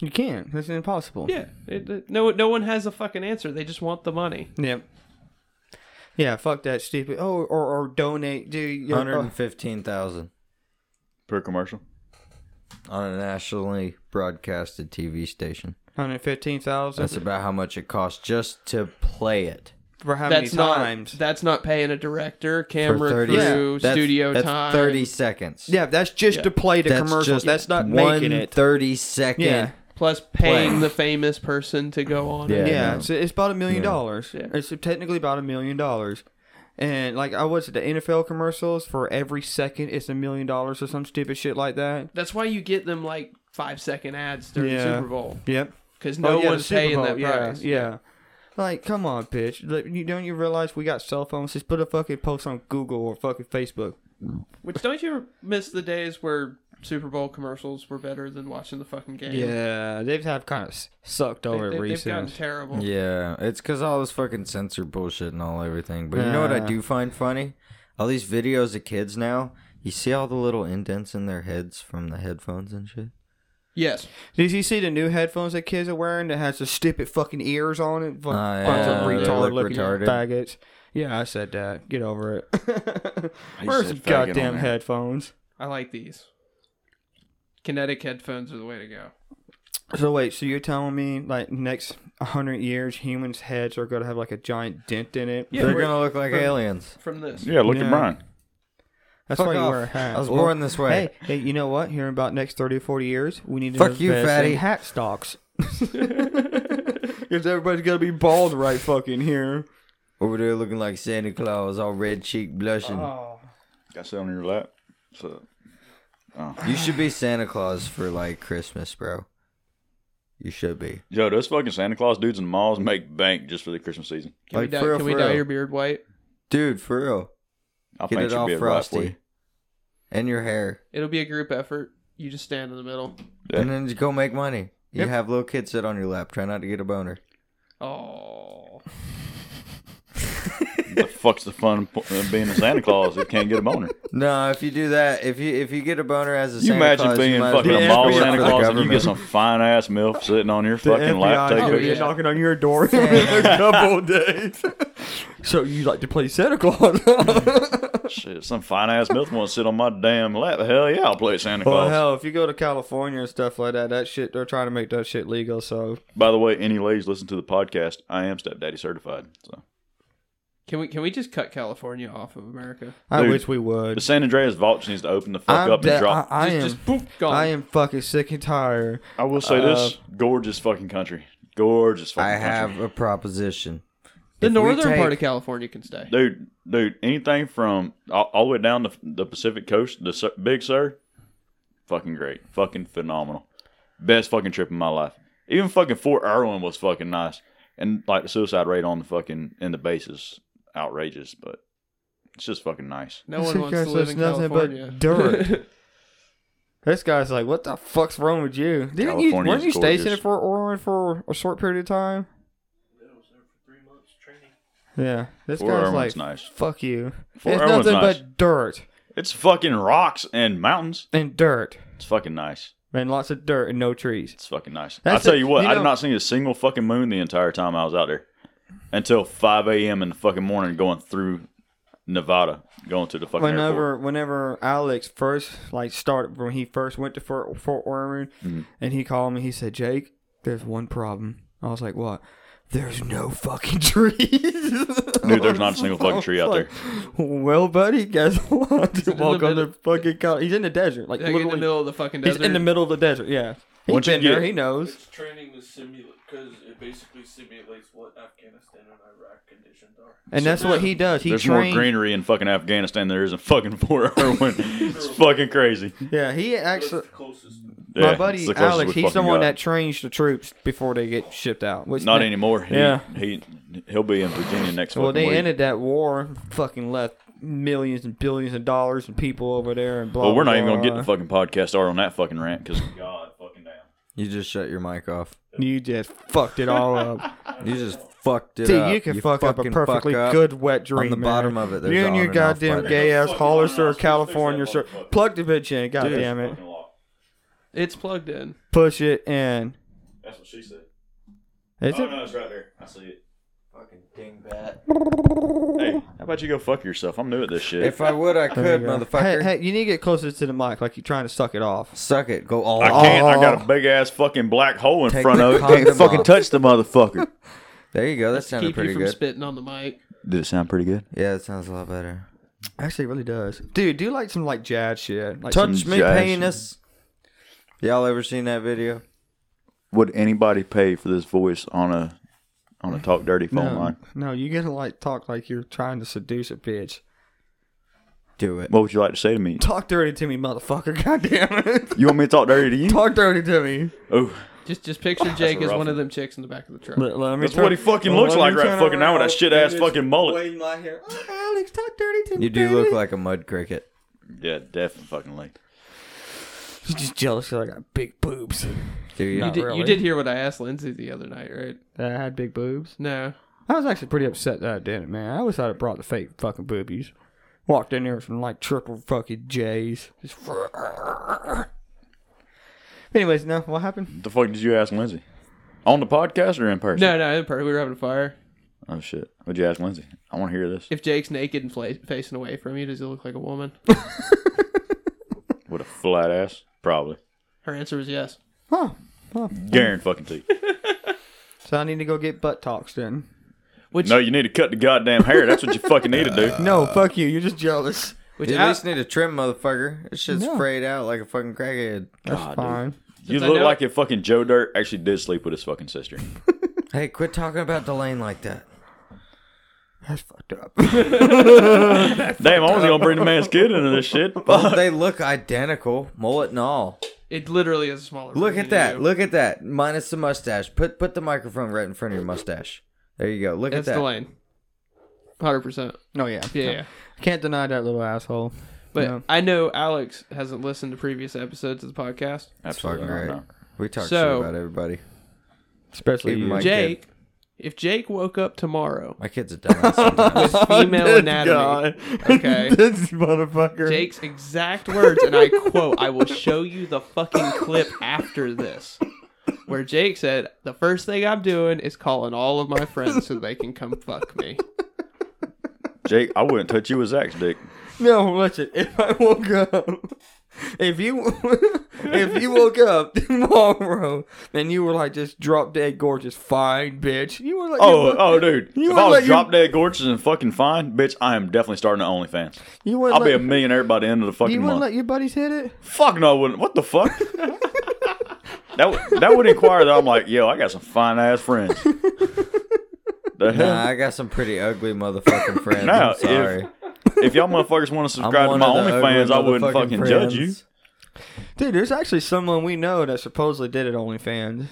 You can't. That's impossible. Yeah, it, it- no, no one has a fucking answer. They just want the money. Yep. Yeah, fuck that stupid. Oh, or or donate, dude. you- Hundred uh, and fifteen thousand per commercial. on a nationally broadcasted TV station. 115,000 That's about how much it costs just to play it. for how that's many not times? that's not paying a director, For camera 30 crew, that's- studio that's time. 30 seconds. yeah, that's just to play the commercials. just That's not one making it. 30 second. Yeah. plus paying Play. the famous person to go on. Yeah, it. yeah, no. so it's about a million Yeah. dollars. Yeah. It's technically about a million dollars. And like I was at the NFL commercials for every second, it's a million dollars or some stupid shit like that. That's why you get them like five second ads during Yeah. the Super Bowl Yep. because no Oh, yeah, the one's Super paying Bowl, that yeah, price. Yeah. Like, come on, bitch. Like, you, don't you realize we got cell phones? Just put a fucking post on Google or fucking Facebook. Which don't you miss the days where Super Bowl commercials were better than watching the fucking game? Yeah, they've have kind of sucked They, over they, they've gotten recent. terrible. Yeah, it's because all this fucking censor bullshit and all everything. But you know what I Yeah. do find funny? All these videos of kids now, you see all the little indents in their heads from the headphones and shit? Yes. Did you see the new headphones that kids are wearing that has the stupid fucking ears on it? Fuck- Ah, yeah, bunch they of look retard looking retarded. faggots. Yeah, I said that. Get over [LAUGHS] it. I Where's said the faggot goddamn on there. headphones? I like these. Kinetic headphones are the way to go. So wait, so you're telling me like next hundred years humans' heads are gonna have like a giant dent in it? Yeah, They're we're- going to look like from- aliens. From this, Yeah, look Yeah. at Brian. That's Fuck why you off. wear a hat. I was Well, born this way. Hey, hey, you know what? Here in about next 30 or 40 years, we need to Fuck you, invest in fatty. hat stocks. [LAUGHS] Because everybody's gonna be bald right fucking here. Over there looking like Santa Claus, all red cheek, blushing. Oh. Got sit on your lap. So, oh. You should be Santa Claus for like Christmas, bro. You should be. Yo, those fucking Santa Claus dudes in the malls make bank just for the Christmas season. Can Like, we, dye, for real, can we for dye real. your beard white? Dude, for real. I'll Get paint it your all beard white for frosty. you. And your hair. It'll be a group effort. You just stand in the middle. Yeah. And then just go make money. You Yep. have little kids sit on your lap. Try not to get a boner. Oh, the fuck's the fun of being a Santa Claus if you can't get a boner? No, if you do that, if you if you get a boner as a You Santa imagine Claus, being you might as fucking well a be mall FBI Santa work for the Claus and you get government. some fine ass milf sitting on your fucking lap FBI taking could a be yeah. knocking on your door in Santa. a couple days. [LAUGHS] so you like to play Santa Claus? [LAUGHS] Shit, some fine ass milf wants to sit on my damn lap. Hell yeah, I'll play Santa well, Claus. hell, if you go to California and stuff like that, that shit they're trying to make that shit legal. So By the way, any ladies listen to the podcast, I am stepdaddy certified. So can we can we just cut California off of America? I Dude, wish we would. the San Andreas Vaults needs to open the fuck I'm up de- and drop. I, I just, am. just boop, gone. I am fucking sick and tired. I, will say this: gorgeous fucking country, gorgeous I fucking country. have a proposition. the If we northern take- part of California can stay. dude, dude. Anything from all, all the way down the, the Pacific Coast, the Sur- Big Sur, fucking great, fucking phenomenal, best fucking trip in my life. Even fucking Fort Irwin was fucking nice, and like the suicide rate on the fucking in the base is outrageous, but it's just fucking nice. No This one wants guy's to live just in nothing but California. dirt. This guy's like, "What the fuck's wrong with you? Didn't you? California's Weren't you stationed gorgeous. for Orin for a short period of time?" Yeah, this Fort guy's Irwin's like, nice. "Fuck you! Fort it's Irwin's nothing nice. but dirt It's fucking rocks and mountains. and dirt It's fucking nice. and lots of dirt and no trees." It's fucking nice. That's I tell the- you what, you I did know- not see a single fucking moon the entire time I was out there until 5 a.m. in the fucking morning going through Nevada, going to the fucking airport. Whenever, whenever Alex first like started when he first went to Fort, Fort Irwin, Mm-hmm. and he called me, he said, "Jake, there's one problem." I was like, "What?" There's no fucking [LAUGHS] trees. Dude, there's not a single fucking tree out there. Well, buddy, guess [LAUGHS] what? in the Welcome to middle- fucking Cal- He's in the desert, like Like in the literally. middle of the fucking he's desert. in the middle of the desert. Yeah, he's Once you been get- there. He knows. It's training to simulate because it basically simulates what Afghanistan and Iraq conditions are. And that's what he does. He There's more trained. greenery in fucking Afghanistan than there is in fucking [LAUGHS] Fort Irwin. it's fucking crazy. Yeah, he actually. That's the closest. Yeah, my it's buddy the closest Alex, we he's fucking the one got. that trains the troops before they get shipped out. Which Not they- anymore. He, Yeah. He, he'll be in Virginia next Well, fucking they week. ended that war, fucking left millions and billions of dollars and people over there and blah. well, we're not blah, even going to get blah. the fucking podcast started on that fucking rant because God fucking damn. You just shut your mic off. You just fucked it all up. You just fucked it Dude, up. you can fuck up a fucking perfectly fuck up. good wet dream. On the man. bottom of it, there's you an and on your and off goddamn button. gay ass Fucking Hollister, on and off. California Fix shirt. that motherfucker. Plug the bitch in, goddamn it. Fucking lock. It's plugged in. Push it in. That's what she said. Is oh it? no, it's right there. I see it. Fucking dingbat. Hey, how about you go fuck yourself? I'm new at this shit. If I would, I There could, you go. motherfucker. Hey, hey, you need to get closer to the mic, like you're trying to suck it off. Suck it. Go all. I can't. I got a big ass fucking black hole in Take front the of it. Can't condom fucking off. touch the motherfucker. There you go. That That's to sounded keep you pretty from good. spitting on the mic. Did it sound pretty good? yeah, it sounds a lot better. Actually, it really does. Dude, do like some like jazz shit. Like some- Touch me, jazz. penis. Y'all ever seen that video? Would anybody pay for this voice on a on a talk dirty phone no, line? no, you gotta like talk like you're trying to seduce a bitch. Do it. What would you like to say to me? Talk dirty to me, motherfucker. [LAUGHS] Goddamn it. You want me to talk dirty to you? Talk dirty to me. Oh, Just just picture Jake a as rough one of one. them chicks in the back of the truck. Let, let me that's turn- what he fucking let looks me like right turn fucking now with that around. shit ass Dude, fucking mullet. wave my hair. Oh, [LAUGHS] Alex, talk dirty to me. You do look baby. like a mud cricket. Yeah, definitely fucking late. He's just jealous 'cause I got big boobs. Do you? You did, really. you did hear what I asked Lindsay the other night, right? That I had big boobs. No. I was actually pretty upset that I didn't, man. I always thought it brought the fake fucking boobies. Walked in there with some like triple fucking J's. Just [LAUGHS] Anyways, no, what happened? What the fuck did you ask Lindsay? On the podcast or in person? No, no, in part, we were having a fire. Oh shit. What'd you ask Lindsay? I want to hear this. If Jake's naked and fla- facing away from you, does he look like a woman? With a flat ass, probably. Her answer was yes. Huh. Guaranteed fucking teeth. So I need to go get butt talks then. Which, No, you need to cut the goddamn hair. That's what you fucking need to do. No, fuck you. You're just jealous. which You I- at least need a trim, motherfucker. This shit's No. frayed out like a fucking crackhead. That's God, dude. fine. You Since I look know- like if fucking Joe Dirt actually did sleep with his fucking sister. [LAUGHS] Hey, quit talking about Delane like that. That's fucked up. Damn, I was gonna bring the man's kid into this shit. Well, they look identical, mullet and all. It literally is a smaller. Look version at of that. you. Look at that. Minus the mustache. Put put the microphone right in front of your mustache. There you go. Look That's at the that. lane. Hundred percent. [LAUGHS] no, yeah, Yeah, yeah. Can't deny that little asshole. But No. I know Alex hasn't listened to previous episodes of the podcast. Absolutely fucking not. great. no. We talk So- shit about everybody. Especially [LAUGHS] Even you. my Jake, if Jake woke up tomorrow My kid's a dumbass. [LAUGHS] sometimes. with female This anatomy, guy. [LAUGHS] okay. this motherfucker. Jake's exact words, and I quote, I will show you the fucking clip after this. Where Jake said, The first thing I'm doing is calling all of my friends so they can come fuck me. Jake, I wouldn't touch you with Zach's dick. No, listen. If I woke up, if you, [LAUGHS] if you woke up [LAUGHS] tomorrow and you were like just drop dead gorgeous, fine, bitch. You were like, Oh, you, oh, dude. if You wanna I let was your- drop dead gorgeous and fucking fine, bitch, I am definitely starting an OnlyFans. you wouldn't I'll let, be a millionaire by the end of the you fucking wouldn't month. let your buddies hit it. Fuck no, I wouldn't. What the [LAUGHS] fuck? that would- that would inquire that I'm like, yo, I got some fine ass friends. the hell? nah, I got some pretty ugly motherfucking friends. Nah, I'm if- sorry. If y'all motherfuckers want to I'm subscribe to one my of the ugly OnlyFans, I wouldn't motherfucking fucking judge you. friends. Dude, there's actually someone we know that supposedly did it OnlyFans.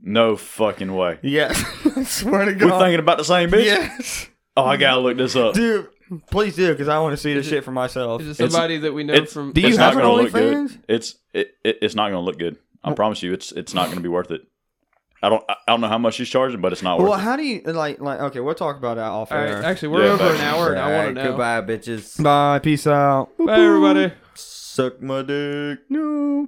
No fucking way. Yes, [LAUGHS] I swear to We're God. thinking about the same bitch. yes, Oh, I gotta look this up. dude. Please do, because I want to see this shit for myself. Is it It's- somebody that we know it's- from. Do you it's have not an gonna look good. OnlyFans? It's it, it it's not gonna look good. I promise you, it's it's not gonna be worth it. I don't I, I don't know how much she's charging, but it's not worth Well, it. how do you like like? Okay, we'll talk about that off All air. right, actually, we're Yeah, over an thanks. hour, and I want to Alright, know. Goodbye, bitches. Bye. Peace out. Bye, everybody. Suck my dick. No.